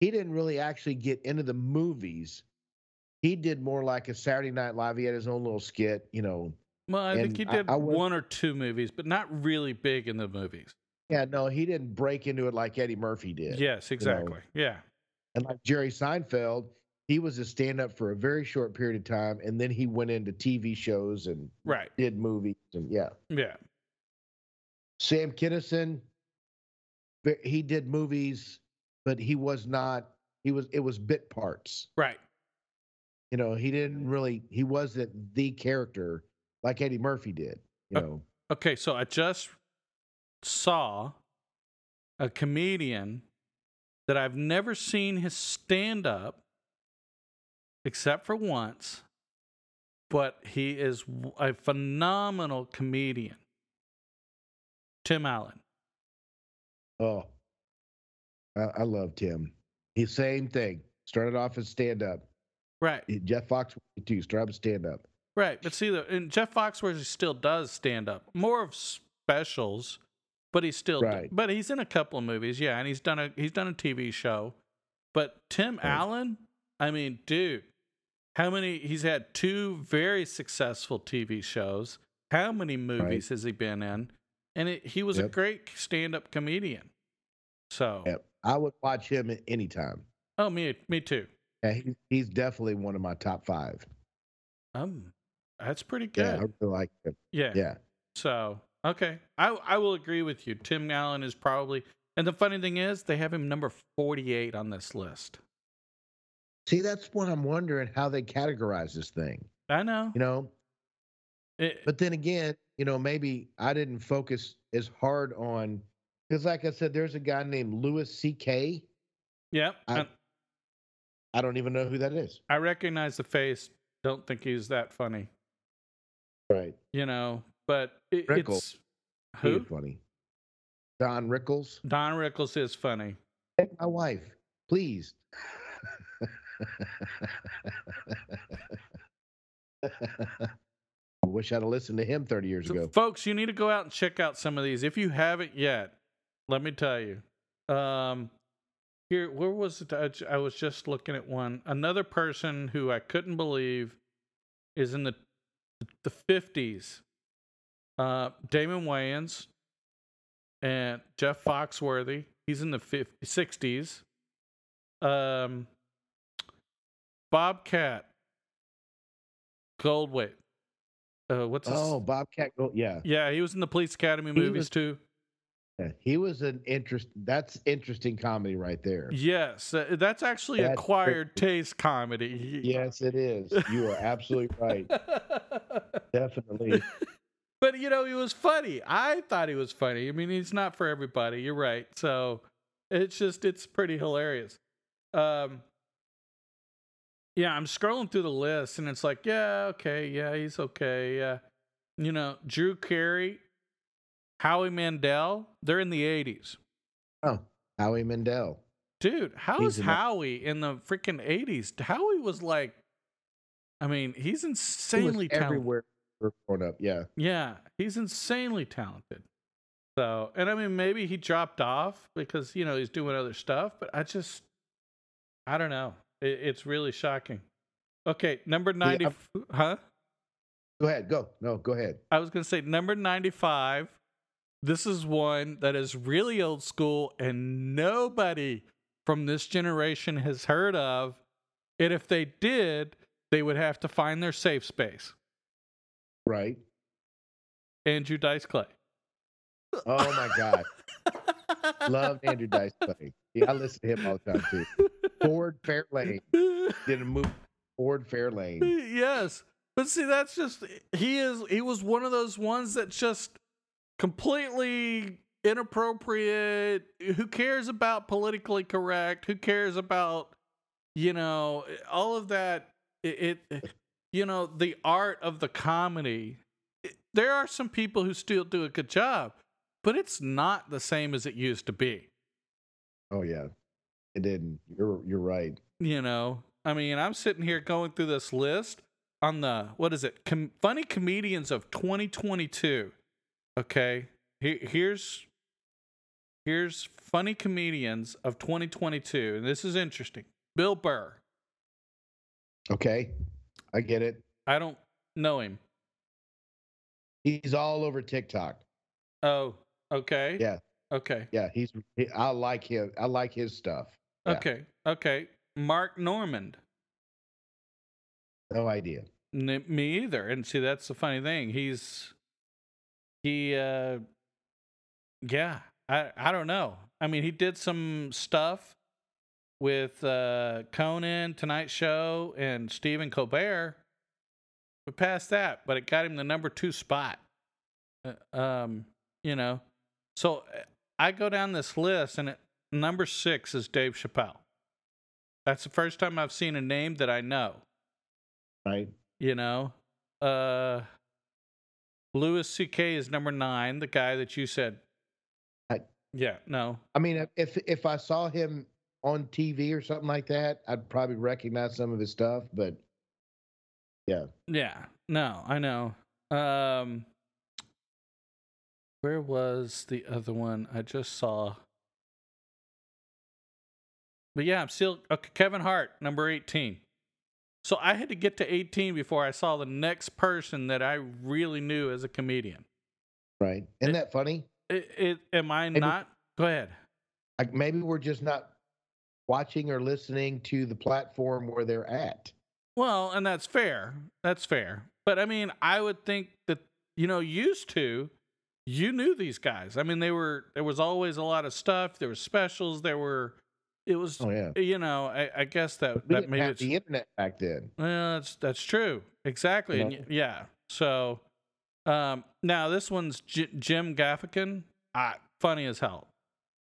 S2: he didn't really actually get into the movies. He did more like a Saturday Night Live. He had his own little skit, you know.
S1: Well, I think
S2: And
S1: he
S2: I-
S1: did
S2: I was-
S1: one or two movies, but not really big in the movies.
S2: Yeah, no, he didn't break into it like Eddie Murphy did.
S1: Yes, exactly. Yeah.
S2: And like Jerry Seinfeld, he was a stand up for a very short period of time and then he went into TV shows and
S1: Right.
S2: did movies and yeah.
S1: Yeah.
S2: Sam Kinison, ve- he did movies, but he was not. He was. It was bit parts.
S1: Right.
S2: You know, he
S1: Mm.
S2: didn't really. He wasn't the character like Eddie Murphy did. You
S1: Uh,
S2: know,
S1: Okay, so I just saw a comedian that I've never seen his stand up, except for once, but he is w- a phenomenal comedian. Tim Allen.
S2: Oh, I, I loved him. He same thing. Started off as stand up.
S1: Right,
S2: Jeff Foxworthy too. Started as stand up.
S1: right. But see, the, and Jeff Foxworthy still does stand up, more of specials, but he's still,
S2: Right.
S1: but he's in a couple of movies, yeah, and he's done a he's done a TV show. But Tim
S2: Right.
S1: Allen, I mean, dude, how many? He's had two very successful TV shows. How many movies has he been in? And it, he was a
S2: Yep.
S1: great stand up comedian. So,
S2: Yep. I would watch him at any time.
S1: oh, me, me too.
S2: Yeah, he, he's definitely one of my top five.
S1: Um, that's pretty good.
S2: Yeah, I really like him.
S1: yeah.
S2: Yeah,
S1: So okay, I I will agree with you. Tim Allen is probably, and the funny thing is, they have him number forty-eight on this list.
S2: See, that's what I'm wondering how they categorize this thing.
S1: I know,
S2: You know,
S1: It-
S2: but then again, you know, maybe I didn't focus as hard on because, like I said, there's a guy named Lewis C.K.
S1: yep,
S2: I-
S1: I,
S2: I don't even know who that is.
S1: I recognize the face. Don't think he's that funny,
S2: Right.
S1: you know. But it,
S2: Rickles.
S1: it's
S2: He is
S1: who
S2: funny. Don Rickles.
S1: Don Rickles is funny.
S2: Take my wife, please. I wish I'd have listened to him 30 years
S1: So,
S2: ago.
S1: folks, you need to go out and check out some of these if you haven't yet. Let me tell you. Um, here, where was it? I, j- I was just looking at one. Another person who I couldn't believe is in the the fifties. Uh, Damon Wayans and Jeff Foxworthy. He's in the 50, 60s. Um, Bobcat Goldway. Uh, what's his
S2: Oh, Bobcat. Go- yeah.
S1: yeah, he was in the Police Academy
S2: He
S1: movies
S2: was-
S1: too.
S2: Yeah, He was an interest. That's interesting comedy right there.
S1: Yes, uh, that's actually
S2: That's
S1: acquired taste comedy.
S2: Yes, it is. You are absolutely right. Definitely.
S1: but you know, he was funny. I thought he was funny. I mean, he's not for everybody. You're right. So it's just it's pretty hilarious. Um, yeah, I'm scrolling through the list, and it's like, yeah, okay, yeah, he's okay. Yeah, you know, Drew Carey, Howie Mandel, they're in the '80s.
S2: Oh, Howie Mandel.
S1: Dude, how
S2: He's
S1: is
S2: in the-
S1: Howie in the freaking eighties? Howie was like, I mean, he's
S2: He was
S1: insanely talented.
S2: everywhere we were growing up. Yeah.
S1: Yeah, he's insanely talented. So, and I mean, maybe he dropped off because you know he's doing other stuff. But I just, I don't know. It, it's really shocking. Okay, number ninety,
S2: I'm-
S1: huh?
S2: Go ahead. Go. No, go ahead.
S1: I was gonna say number ninety-five. This is one that is really old school, and nobody from this generation has heard of. And if they did, they would have to find their safe space.
S2: Right.
S1: Andrew Dice Clay.
S2: Oh, my God. Love Andrew Dice Clay. Yeah, I listen to him all the time, too. Ford Fairlane. Did a move Ford Fairlane.
S1: yes, but see, that's just he is. He was one of those ones that just completely inappropriate. Who cares about politically correct? Who cares about you know all of that? It, it you know the art of the comedy. It- there are some people who still do a good job, but it's not the same as it used to be.
S2: Oh yeah. It didn't. You're you're right.
S1: you know i mean i'm sitting here going through this list on the what is it Com- funny comedians of 2022 okay Here, here's here's funny comedians of 2022 and this is interesting bill burr
S2: Okay. I get it.
S1: i don't know him
S2: He's all over TikTok.
S1: oh okay
S2: Yeah.
S1: okay
S2: Yeah, he's he, I like him. I like his stuff. Yeah.
S1: okay okay mark normand
S2: No idea.
S1: N- me either. And see, that's the funny thing. He's he uh yeah, I I don't know. I mean, he did some stuff with uh Conan, Tonight Show and Stephen Colbert. But past that, but it got him the number 2 spot. Uh, um, you know. So uh, I go down this list and it, number 6 is Dave Chappelle. That's the first time I've seen a name that I know.
S2: right?
S1: you know uh louis ck is number nine the guy that you said
S2: I-
S1: yeah no
S2: I mean, if if I saw him on TV or something like that, I'd probably recognize some of his stuff. But
S1: yeah no i know um where was the other one i just saw but yeah i'm still okay, kevin hart number 18 so i had to get to 18 before i saw the next person that i really knew as a comedian
S2: right, isn't
S1: It-
S2: that funny?
S1: it, it am i
S2: Maybe-
S1: not go ahead
S2: Like maybe we're just not watching or listening to the platform where they're at.
S1: Well, and that's fair. That's fair. But I mean, I would think that you know, used to, you knew these guys. I mean, they were there was always a lot of stuff. There were specials. There were, it was
S2: Oh yeah,
S1: you know, I, I guess that
S2: we
S1: that
S2: didn't
S1: maybe
S2: have
S1: it's
S2: the internet back then.
S1: well, that's that's true. Exactly.
S2: You
S1: And
S2: know?
S1: y- yeah. So, um, now this one's J- Jim Gaffigan. Ah, funny as hell.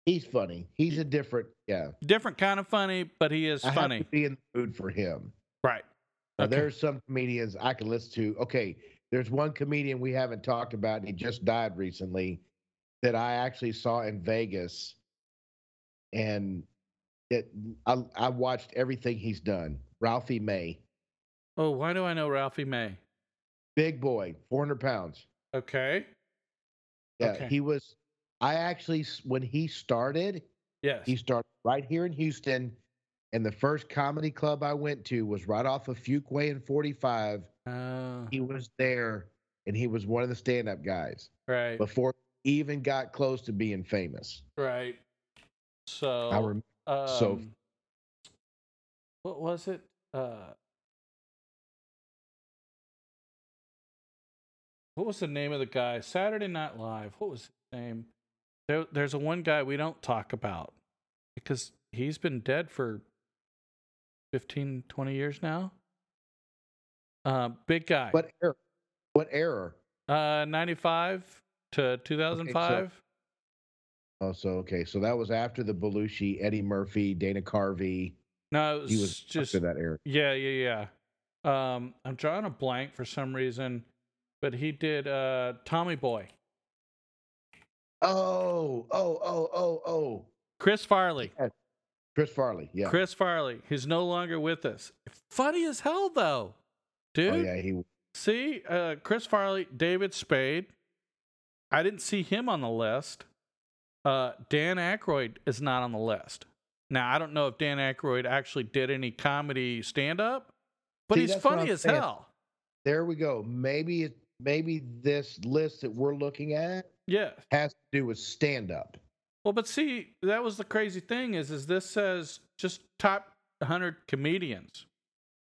S2: He's funny. He's a different yeah.
S1: Different kind of funny, but he is
S2: I have
S1: funny.
S2: to be in the mood for him.
S1: Right.
S2: Now,
S1: Okay.
S2: There's some comedians I can listen to. Okay, there's one comedian we haven't talked about, and he just died recently, that I actually saw in Vegas, and it I, I watched everything he's done. Ralphie May,
S1: Oh, why do I know Ralphie May?
S2: big boy, 400 pounds.
S1: Okay.
S2: Yeah,
S1: Okay.
S2: he was. I actually s- when he started,
S1: Yes.
S2: he started right here in Houston, and the first comedy club I went to was right off of Fuquay and 45.
S1: Oh,
S2: He was there, and he was one of the stand-up guys.
S1: right.
S2: before he even got close to being famous.
S1: Right. So,
S2: I rem- so-
S1: um, what was it? Uh, what was the name of the guy? Saturday Night Live. What was his name? There, there's a one guy we don't talk about because he's been dead for 15, 20 years now. Uh, big guy.
S2: What error? What error?
S1: Uh, 95 to 2005.
S2: Oh, so okay, so that was after the Belushi, Eddie Murphy, Dana Carvey.
S1: no, it was,
S2: He was
S1: just
S2: after that era.
S1: Yeah, yeah, yeah. Um, I'm drawing a blank for some reason, but he did uh, Tommy Boy,
S2: Oh, oh, oh, oh, oh.
S1: Chris Farley.
S2: Chris Farley. Yeah.
S1: Chris Farley, who's no longer with us. Funny as hell though, dude.
S2: Oh yeah, he.
S1: See, uh, Chris Farley, David Spade. I didn't see him on the list. Uh, Dan Aykroyd is not on the list. Now I don't know if Dan Aykroyd actually did any comedy stand up, but
S2: See,
S1: he's
S2: that's what
S1: funny
S2: I'm
S1: as
S2: saying.
S1: hell.
S2: There we go. Maybe it. Maybe this list that we're looking at
S1: Yeah.
S2: has to do with stand up.
S1: Well, but see, that was the crazy thing is, is this says just top 100 comedians,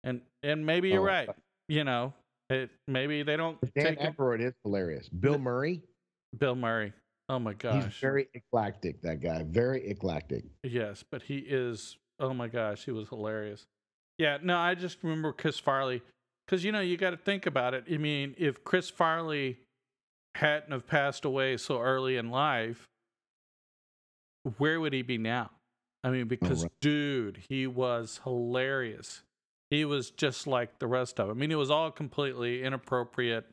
S1: and and maybe you're
S2: Oh,
S1: right. You know, it maybe they don't
S2: Dan
S1: take it-
S2: Aykroyd is hilarious. Bill
S1: The-
S2: Murray.
S1: Bill Murray. Oh my
S2: He's
S1: gosh,
S2: very eclectic. That guy. Very eclectic.
S1: yes, but he is. Oh my gosh, he was hilarious. Yeah, no, I just remember Chris Farley because you know you got to think about it. I mean, if Chris Farley hadn't have passed away so early in life, where would he be now? I mean, because
S2: Oh, right.
S1: dude, he was hilarious. He was just like the rest of. 'em. I mean, it was all completely inappropriate,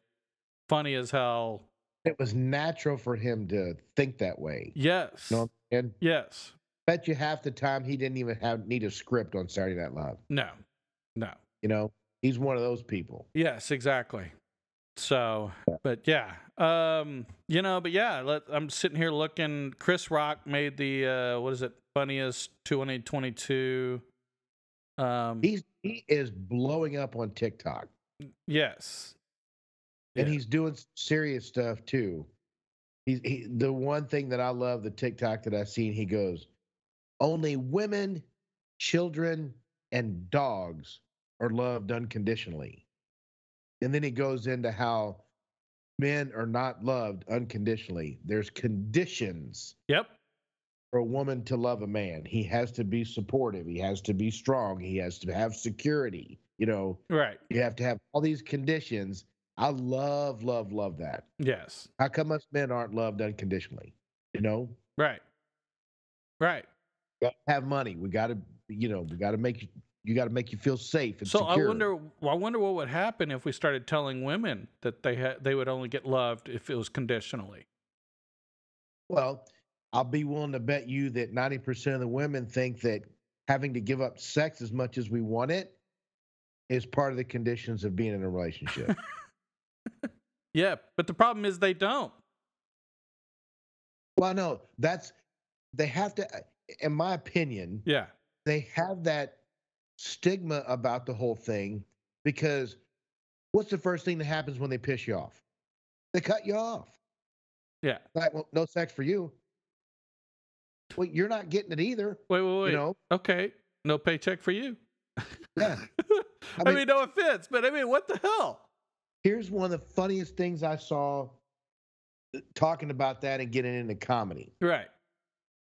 S1: funny as hell.
S2: It was natural for him to think that way.
S1: Yes,
S2: You know what I'm saying?
S1: yes,
S2: bet you half the time he didn't even have need a script on Saturday Night Live.
S1: no, no.
S2: You know, he's one of those people.
S1: Yes, exactly. So, but yeah, um, you know, but yeah, let, I'm sitting here looking. Chris Rock made the uh, what is it? Funniest 2022. Um,
S2: He's he is blowing up on TikTok,
S1: yes,
S2: and
S1: Yeah.
S2: he's doing some serious stuff too. He's he, the one thing that I love the TikTok that I've seen. He goes, only women, children, and dogs are loved unconditionally, and then he goes into how men are not loved unconditionally. There's conditions
S1: yep,
S2: for a woman to love a man. He has to be supportive. He has to be strong. He has to have security. You know,
S1: right,
S2: you have to have all these conditions. I love, love, love that.
S1: yes,
S2: How come us men aren't loved unconditionally? You know,
S1: right, right,
S2: have money. We got to, you know, we got to make you got to make you feel safe and
S1: so
S2: secure.
S1: I wonder, well, I wonder what would happen if we started telling women that they had they would only get loved if it was conditionally.
S2: Well, I'll be willing to bet you that ninety percent of the women think that having to give up sex as much as we want it is part of the conditions of being in a relationship.
S1: Yeah, but the problem is they don't.
S2: well, no, that's they have to. In my opinion,
S1: Yeah,
S2: they have that stigma about the whole thing because what's the first thing that happens when they piss you off? They cut you off.
S1: yeah.
S2: Like, well, no sex for you. Well, you're not getting it either.
S1: Wait, wait, wait.
S2: You know?
S1: Okay, no paycheck for you.
S2: Yeah.
S1: I, mean,
S2: mean-
S1: no offense, but I mean, what the hell?
S2: Here's one of the funniest things I saw uh, talking about that and getting into comedy.
S1: Right.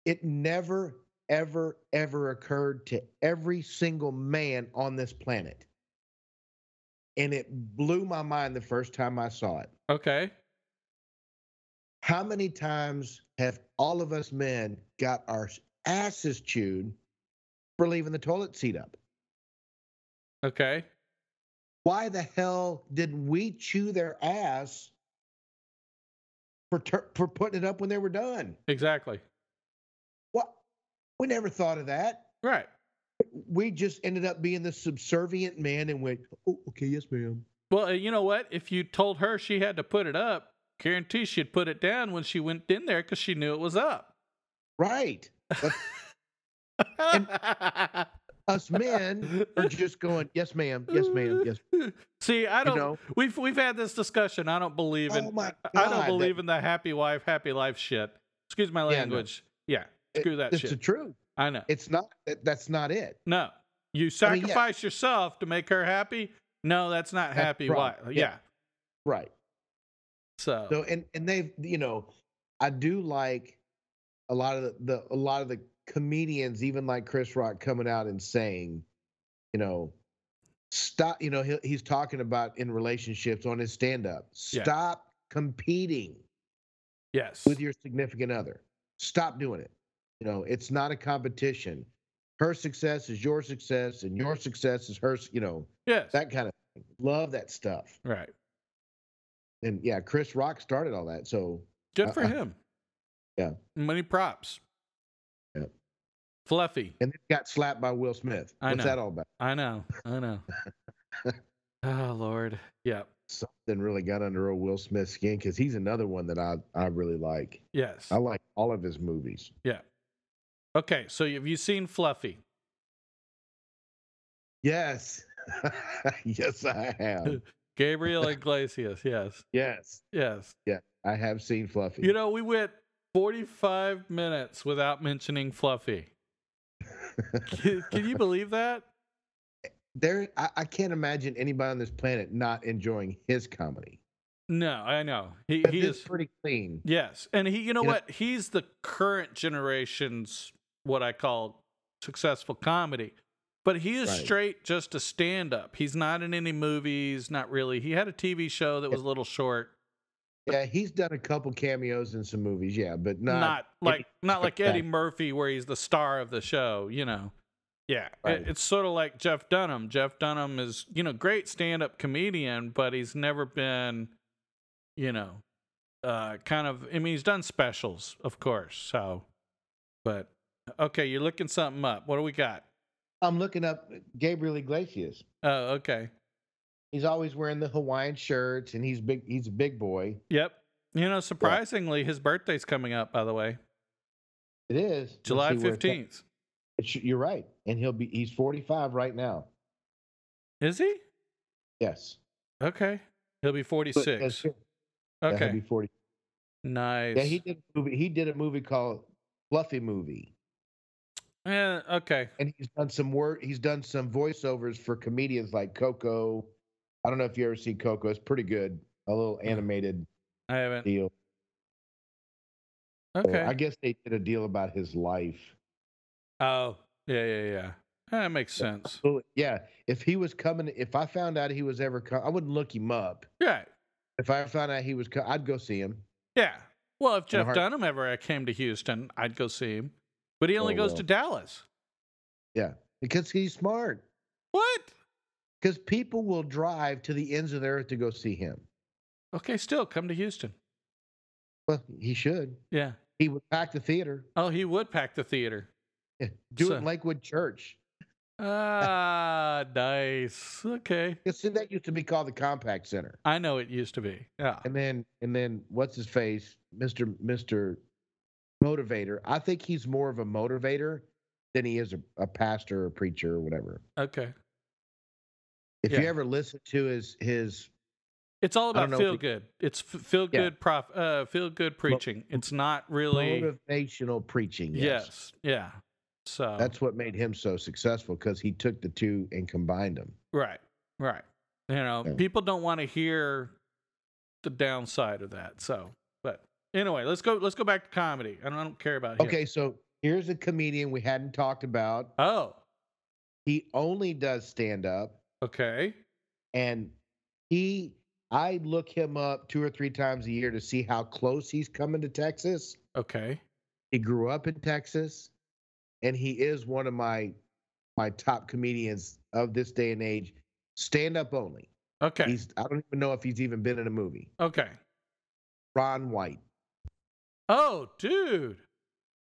S2: It never, ever, ever occurred to every single man on this planet. And it blew my mind the first time I saw it.
S1: Okay.
S2: How many times have all of us men got our asses chewed for leaving the toilet seat up?
S1: Okay.
S2: Why the hell did we chew their ass for tur for putting it up when they were done?
S1: Exactly.
S2: What? We never thought of that.
S1: Right.
S2: We just ended up being the subservient man and went, oh, okay, yes, ma'am.
S1: Well, uh, you know what? If you told her she had to put it up, guarantee she'd put it down when she went in there because she knew it was up.
S2: Right. Us men are just going, yes, ma'am, yes, ma'am, yes.
S1: See, I
S2: You
S1: don't.
S2: know,
S1: We've we've had this discussion. I don't believe in.
S2: oh my God.
S1: I don't
S2: that-
S1: believe in the happy wife, happy life shit. Excuse my
S2: Yeah, no.
S1: language. Yeah, screw that
S2: It's
S1: shit.
S2: the truth.
S1: I know.
S2: It's not, that- that's not it.
S1: No, you
S2: I mean, yeah.
S1: sacrifice yourself to make her happy. No, that's not
S2: That's the
S1: happy wife.
S2: problem.
S1: Yeah.
S2: Yeah. Right.
S1: So,
S2: So and and they've you know, I do like a lot of the, the a lot of the comedians, even like Chris Rock, coming out and saying, you know, stop. You know, he, he's talking about in relationships on his stand up.
S1: Yeah.
S2: Stop competing
S1: yes.
S2: with your significant other. Stop doing it. You know, it's not a competition. Her success is your success, and your success is hers. You know,
S1: yes.
S2: that kind of thing. love that stuff.
S1: right.
S2: And yeah, Chris Rock started all that. So
S1: Good for
S2: Uh, uh,
S1: him.
S2: yeah.
S1: Many props.
S2: Yeah.
S1: Fluffy.
S2: and then got slapped by Will Smith.
S1: I
S2: What's
S1: know.
S2: that all about?
S1: I know. I know. oh Lord. Yep.
S2: Something really got under old Will Smith's skin because he's another one that I I really like.
S1: Yes.
S2: I like all of his movies.
S1: Okay. So have you seen Fluffy?
S2: Yes, yes, I have.
S1: Gabriel Iglesias. Yes.
S2: Yes,
S1: Yes.
S2: I have seen Fluffy.
S1: You know, we went 45 minutes without mentioning Fluffy. Can, can you believe that?
S2: there I, I can't imagine anybody on this planet not enjoying his comedy.
S1: No, I know. He
S2: But
S1: he
S2: it's
S1: is
S2: pretty clean.
S1: yes. And he you know
S2: You know-
S1: what? He's the current generation's what I call successful comedy. But he is
S2: Right.
S1: straight just a stand up. He's not in any movies, not really. He had a TV show that was a little short.
S2: Yeah, he's done a couple cameos in some movies. Yeah, but
S1: Not,
S2: not,
S1: like not like
S2: like
S1: Eddie
S2: that.
S1: Murphy where he's the star of the show, you know. Yeah. it-
S2: Right.
S1: it's sort of like Jeff Dunham. Jeff Dunham is, you know, great stand up comedian, but he's never been, you know, uh kind of I mean he's done specials, of course. So but okay, you're looking something up. What do we got?
S2: I'm looking up Gabriel Iglesias.
S1: Oh, okay.
S2: He's always wearing the Hawaiian shirts, and he's big. He's a big boy.
S1: Yep. You know, surprisingly, his birthday's coming up, by the way.
S2: It is Let's
S1: July
S2: see where it's at.
S1: fifteenth.
S2: It should- you're right, and he'll be. He's 45 right now.
S1: Is he?
S2: Yes.
S1: Okay. He'll be forty
S2: But that's
S1: six.
S2: good. Yeah, he'll
S1: Okay.
S2: be 40.
S1: nice.
S2: Yeah, he did. A movie, he did a movie called Fluffy Movie,
S1: Yeah, Eh, okay.
S2: and he's done some work. He's done some voiceovers for comedians like Coco. I don't know if you ever see Coco. It's pretty good. A little animated
S1: I haven't.
S2: deal. So
S1: Okay.
S2: I guess they did a deal about his life.
S1: oh, yeah, yeah, yeah. That makes sense.
S2: So yeah, if he was coming, if I found out he was ever, com- I wouldn't look him up.
S1: Right.
S2: If I found out he was, co- I'd go see him.
S1: Yeah. Well, if Jeff
S2: heart-
S1: Dunham ever uh, came to Houston, I'd go see him. But he only
S2: Oh,
S1: goes
S2: well.
S1: to Dallas.
S2: because he's smart.
S1: What?
S2: because people will drive to the ends of the earth to go see him.
S1: Okay, still come to Houston.
S2: Well, he should.
S1: Yeah.
S2: He would pack the theater.
S1: Oh, he would pack the theater.
S2: Do
S1: So-
S2: it in Lakewood Church.
S1: Ah, nice. Okay.
S2: You see, that used to be called the Compact Center.
S1: I know it used to be. Yeah.
S2: And then, and then, what's his face, Mister Mister Motivator? I think he's more of a motivator than he is a, a pastor or preacher or whatever.
S1: Okay.
S2: If you
S1: Yeah.
S2: ever listen to his his
S1: It's all
S2: I don't
S1: about
S2: know if
S1: feel
S2: we-
S1: good. It's f- feel
S2: Yeah.
S1: good prof uh feel good preaching. It's not really
S2: motivational preaching, yes,
S1: yes. Yeah. So
S2: that's what made him so successful because he took the two and combined them.
S1: Right. Right. You know,
S2: Yeah.
S1: people don't want to hear the downside of that. So, but anyway, let's go. Let's go back to comedy. I don't, I don't care about. him.
S2: Okay, so here's a comedian we hadn't talked about.
S1: Oh.
S2: He only does stand up,
S1: Okay.
S2: and he I look him up two or three times a year to see how close he's coming to Texas.
S1: Okay.
S2: He grew up in Texas, and he is one of my my top comedians of this day and age. Stand up only.
S1: Okay.
S2: He's I don't even know if he's even been in a movie.
S1: okay.
S2: Ron White.
S1: Oh, dude.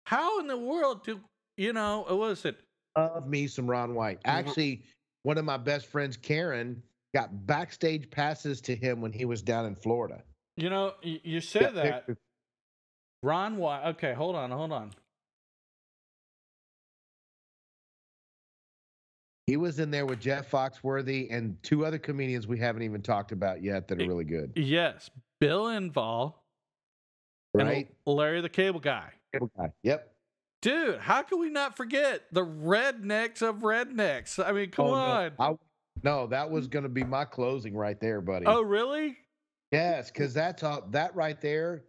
S1: How in the world do you know? uh, What was it?
S2: Love me some Ron White. Actually, one of my best friends, Karen, got backstage passes to him when he was down in Florida.
S1: You know, you, you said
S2: Yeah,
S1: that
S2: picture.
S1: Ron White. Okay, hold on, hold on.
S2: He was in there with Jeff Foxworthy and two other comedians we haven't even talked about yet that are really good.
S1: Yes, Bill Enval
S2: Right?
S1: and Larry the Cable Guy.
S2: Cable guy. Yep.
S1: Dude, how can we not forget the rednecks of rednecks? I mean, come
S2: Oh, no.
S1: on.
S2: I- no, that was going to be my closing right there, buddy.
S1: Oh, really?
S2: Yes, because that's all that right there.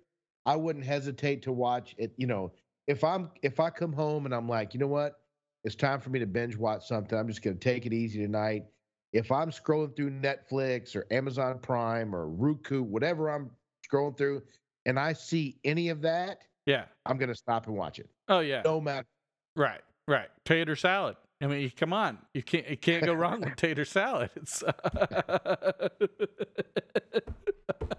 S2: I wouldn't hesitate to watch it. You know, if I'm if I come home and I'm like, you know what, it's time for me to binge watch something. I'm just gonna take it easy tonight. If I'm scrolling through Netflix or Amazon Prime or Roku, whatever I'm scrolling through, and I see any of that,
S1: Yeah.
S2: I'm gonna stop and watch it.
S1: Oh, yeah.
S2: No matter.
S1: Right. Right. Tater salad. I mean, come on. You can't. You can't go wrong with tater salad. It's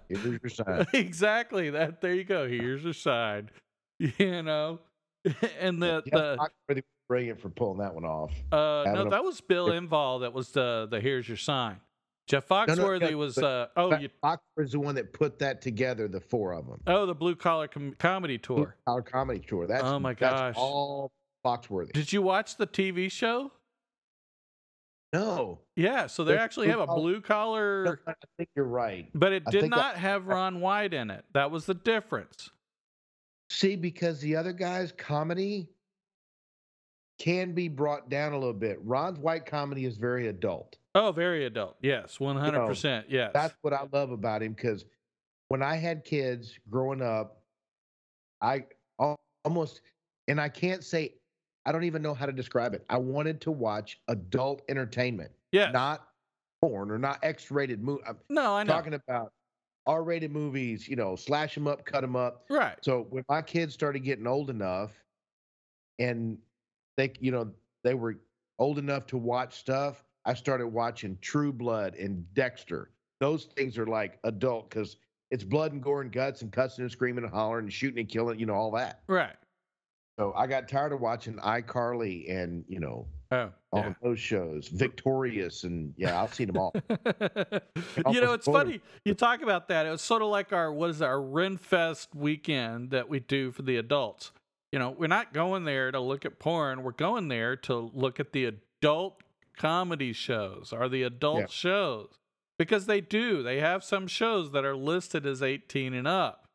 S2: Here's your sign.
S1: exactly that. There you go. Here's your side. You know, and the
S2: Jeff
S1: the
S2: Foxworthy was brilliant for pulling that one off.
S1: Uh, no,
S2: Adam-
S1: that was Bill Inval. That was the the here's your sign. Jeff
S2: no, no,
S1: Foxworthy was
S2: but-
S1: uh, oh
S2: But
S1: you,
S2: Foxworthy's the one that put that together, the four of them.
S1: oh the blue collar com- comedy tour.
S2: Our comedy tour. That's
S1: Oh my gosh.
S2: That's all Foxworthy.
S1: Did you watch the TV show?
S2: no,
S1: Yeah, so they
S2: There's
S1: actually
S2: blue
S1: have a
S2: collar-
S1: blue
S2: no,
S1: collar,
S2: I think you're right.
S1: but it
S2: I
S1: did
S2: think I-
S1: not have Ron White in it. That was the difference.
S2: See, because the other guys' comedy can be brought down a little bit. Ron's white comedy is very adult.
S1: Oh, very adult. Yes, one hundred percent. Yes.
S2: That's what I love about him. Because when I had kids growing up, I al- almost, and I can't say, I don't even know how to describe it. I wanted to watch adult entertainment,
S1: yes.
S2: not porn or not X-rated movie.
S1: no, I know.
S2: talking about R-rated movies, you know, slash them up, cut them up.
S1: right.
S2: So when my kids started getting old enough, and they, you know, they were old enough to watch stuff, I started watching True Blood and Dexter. Those things are like adult because it's blood and gore and guts and cussing and screaming and hollering and shooting and killing, you know, all that.
S1: Right.
S2: So I got tired of watching iCarly and you know
S1: Oh.
S2: all
S1: yeah.
S2: those shows, Victorious and yeah, I've seen them all.
S1: you know,
S2: Almost
S1: it's
S2: voted.
S1: funny you talk about that. It was sort of like our what is it, our Renfest weekend that we do for the adults. You know, we're not going there to look at porn. We're going there to look at the adult comedy shows or the adult
S2: Yeah.
S1: shows because they do. They have some shows that are listed as 18 and up.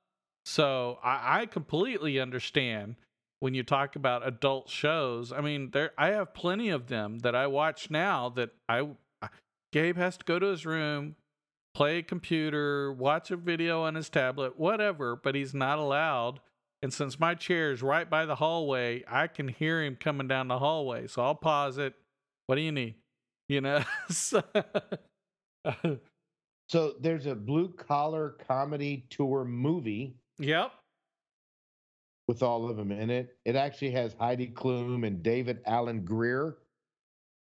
S1: So I, I completely understand when you talk about adult shows. I mean, there I have plenty of them that I watch now that I Gabe has to go to his room, play a computer, watch a video on his tablet, whatever, but he's not allowed. And since my chair is right by the hallway, I can hear him coming down the hallway. So I'll pause it. What do you need? You know? So-
S2: So there's a blue collar comedy tour movie
S1: yep.
S2: with all of them in it. It actually has Heidi Klum and David Allen Greer.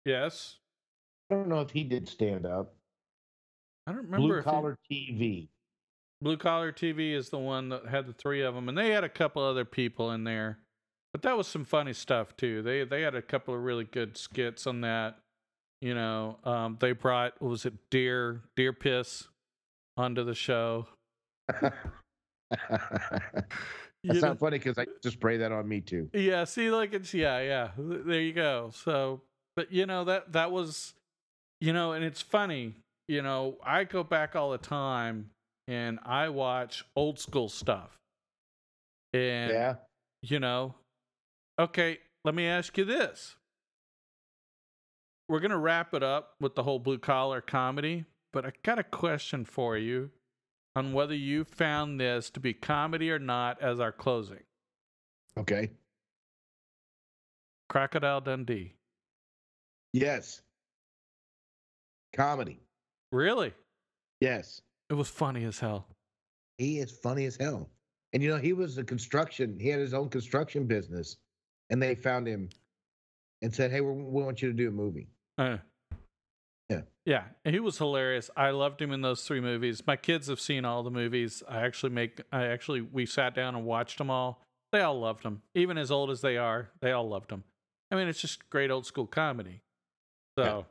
S1: Yes.
S2: I don't know if he did stand up.
S1: I don't remember.
S2: Blue
S1: if he-
S2: Collar TV.
S1: Blue Collar TV is the one that had the three of them, and they had a couple other people in there. But that was some funny stuff too. They they had a couple of really good skits on that. You know, um, they brought what was it deer deer piss onto the show.
S2: That's
S1: You know-
S2: not funny because I just spray that on me too.
S1: Yeah, see, like it's yeah, yeah. th- There you go. So, but you know that that was, you know, and it's funny. You know, I go back all the time and I watch old school stuff. And
S2: Yeah.
S1: you know, okay. Let me ask you this. We're gonna wrap it up with the whole blue collar comedy, but I got a question for you on whether you found this to be comedy or not as our closing.
S2: Okay.
S1: Crocodile Dundee.
S2: Yes. Comedy.
S1: Really?
S2: Yes.
S1: It was funny as hell.
S2: He is funny as hell. And you know, he was a construction, he had his own construction business. And they found him and said, Hey, we we want you to do a movie.
S1: Uh,
S2: Yeah.
S1: Yeah. He was hilarious. I loved him in those three movies. My kids have seen all the movies. I actually make, I actually, we sat down and watched them all. They all loved him. Even as old as they are, they all loved him. I mean, it's just great old school comedy. So,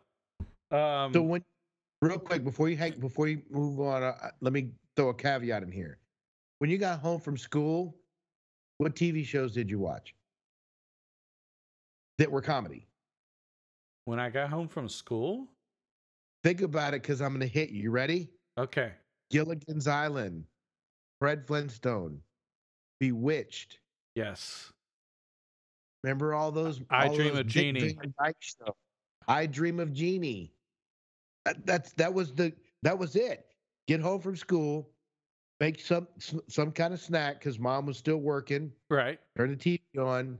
S1: um,
S2: So when, real quick, before you hang, before you move on, uh, let me throw a caveat in here. When you got home from school, what TV shows did you watch that were comedy?
S1: when I got home from school,
S2: Think about it, because I'm going to hit you. You ready?
S1: okay.
S2: Gilligan's Island, Fred Flintstone, Bewitched.
S1: Yes.
S2: Remember all those?
S1: I
S2: all
S1: Dream
S2: those
S1: of
S2: Dick
S1: Jeannie.
S2: Van Dyke stuff? I dream of Jeannie. That, that's that was the that was it. Get home from school, make some s- some kind of snack because mom was still working.
S1: Right.
S2: Turn the TV on,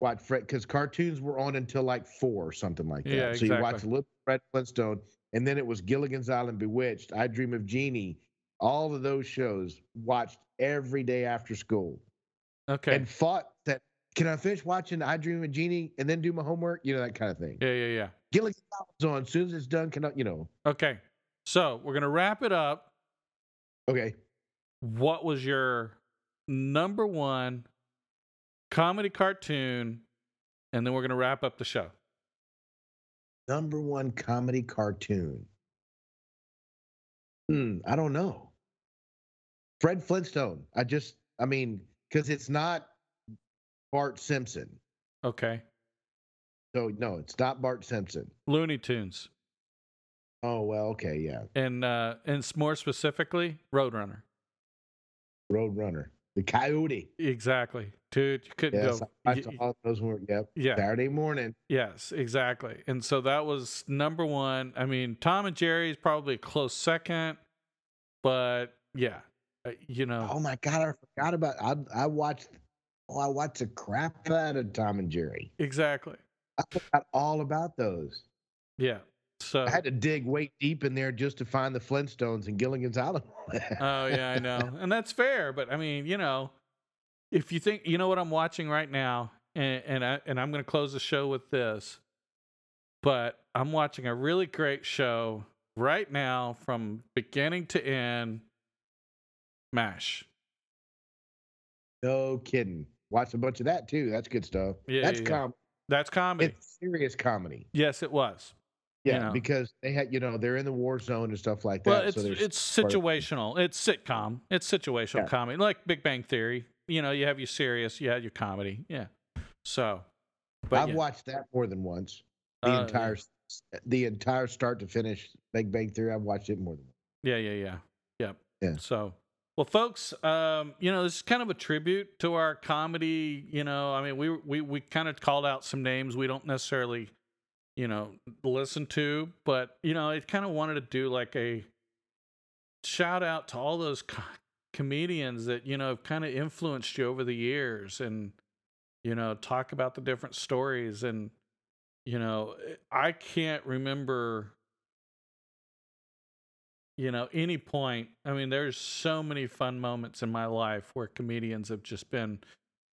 S2: watch Fred because cartoons were on until like four or something like that.
S1: Yeah,
S2: So you watch a
S1: exactly.
S2: little Fred Flintstone, and then it was Gilligan's Island, Bewitched, I Dream of Jeannie. All of those shows watched every day after school
S1: Okay.
S2: and fought that. Can I finish watching I Dream of Genie and then do my homework? You know that kind of thing.
S1: yeah. Yeah. Yeah.
S2: Gilligan's Island's on. As soon as it's done, can I? You know.
S1: Okay. So we're going to wrap it up.
S2: Okay.
S1: what was your number one comedy cartoon? And then we're going to wrap up the show.
S2: Number one comedy cartoon. Hmm. I don't know. Fred Flintstone. I just. I mean, because it's not Bart Simpson.
S1: Okay.
S2: So no, it's not Bart Simpson.
S1: Looney Tunes.
S2: Oh well. Okay. Yeah.
S1: And, uh, and s- more specifically, Roadrunner.
S2: Roadrunner. The Coyote.
S1: Exactly. Dude, you couldn't
S2: Yes.
S1: go.
S2: I
S1: y-
S2: saw
S1: y-
S2: all those. Were, yep.
S1: yeah.
S2: Saturday morning.
S1: Yes, exactly. And so that was number one. I mean, Tom and Jerry is probably a close second, but yeah, uh, you know,
S2: Oh my god, I forgot about I I watched oh I watched the crap out of Tom and Jerry.
S1: exactly.
S2: I forgot all about those.
S1: Yeah. So
S2: I had to dig way deep in there just to find the Flintstones and Gilligan's Island.
S1: Oh yeah, I know, and that's fair. But I mean, you know, if you think you know what I'm watching right now, and, and I and I'm going to close the show with this, but I'm watching a really great show right now from beginning to end. Mash.
S2: no kidding. Watched a bunch of that too. That's good stuff.
S1: Yeah,
S2: that's
S1: yeah, yeah.
S2: comedy.
S1: That's comedy.
S2: It's serious comedy.
S1: yes, it was.
S2: Yeah,
S1: Yeah.
S2: because they had you know they're in the war zone and stuff like that.
S1: Well, it's
S2: so there's
S1: it's
S2: part of-
S1: situational. It's sitcom. It's situational
S2: Yeah.
S1: comedy, like Big Bang Theory. You know, you have your serious, you have your comedy. Yeah. So, but
S2: I've
S1: yeah.
S2: watched that more than once. The
S1: Uh,
S2: entire s- the entire start to finish Big Bang Theory. I've watched it more than once.
S1: Yeah, yeah, yeah. Yep.
S2: Yeah.
S1: So, well, folks, um, you know, this is kind of a tribute to our comedy. You know, I mean, we we we kind of called out some names we don't necessarily, you know, listen to, but you know, it kind of wanted to do like a shout out to all those co- comedians that you know have kind of influenced you over the years, and you know, talk about the different stories and. You know, I can't remember you know any point i mean there's so many fun moments in my life where comedians have just been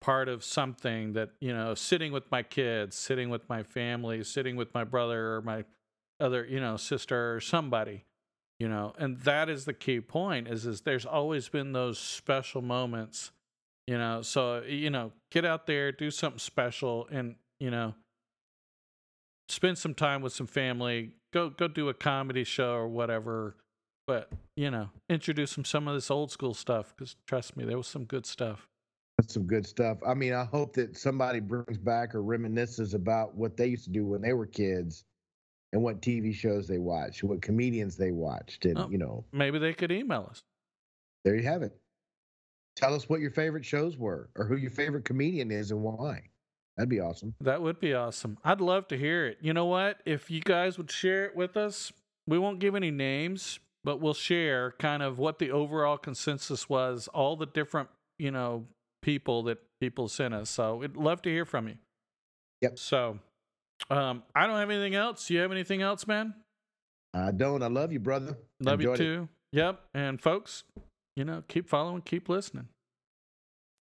S1: part of something that you know sitting with my kids sitting with my family sitting with my brother or my other, you know, sister or somebody, you know. And that is the key point is is there's always been those special moments, you know. So, you know, get out there, do something special and, you know, spend some time with some family, go go do a comedy show or whatever, but, you know, introduce them some of this old school stuff cuz trust me, there was some good stuff.
S2: That's some good stuff. I mean, I hope that somebody brings back or reminisces about what they used to do when they were kids and what TV shows they watched, what comedians they watched. And,
S1: Oh.
S2: you know,
S1: Maybe they could email us.
S2: there you have it. Tell us what your favorite shows were or who your favorite comedian is and why. That'd be awesome.
S1: That would be awesome. I'd love to hear it. You know what? If you guys would share it with us, we won't give any names, but we'll share kind of what the overall consensus was, all the different, you know, people that people sent us. So we'd love to hear from you.
S2: Yep.
S1: So um I don't have anything else. You have anything else, man?
S2: I don't. I love you, brother.
S1: Love
S2: Enjoyed it.
S1: you too. Yep. And folks, you know, keep following, keep listening.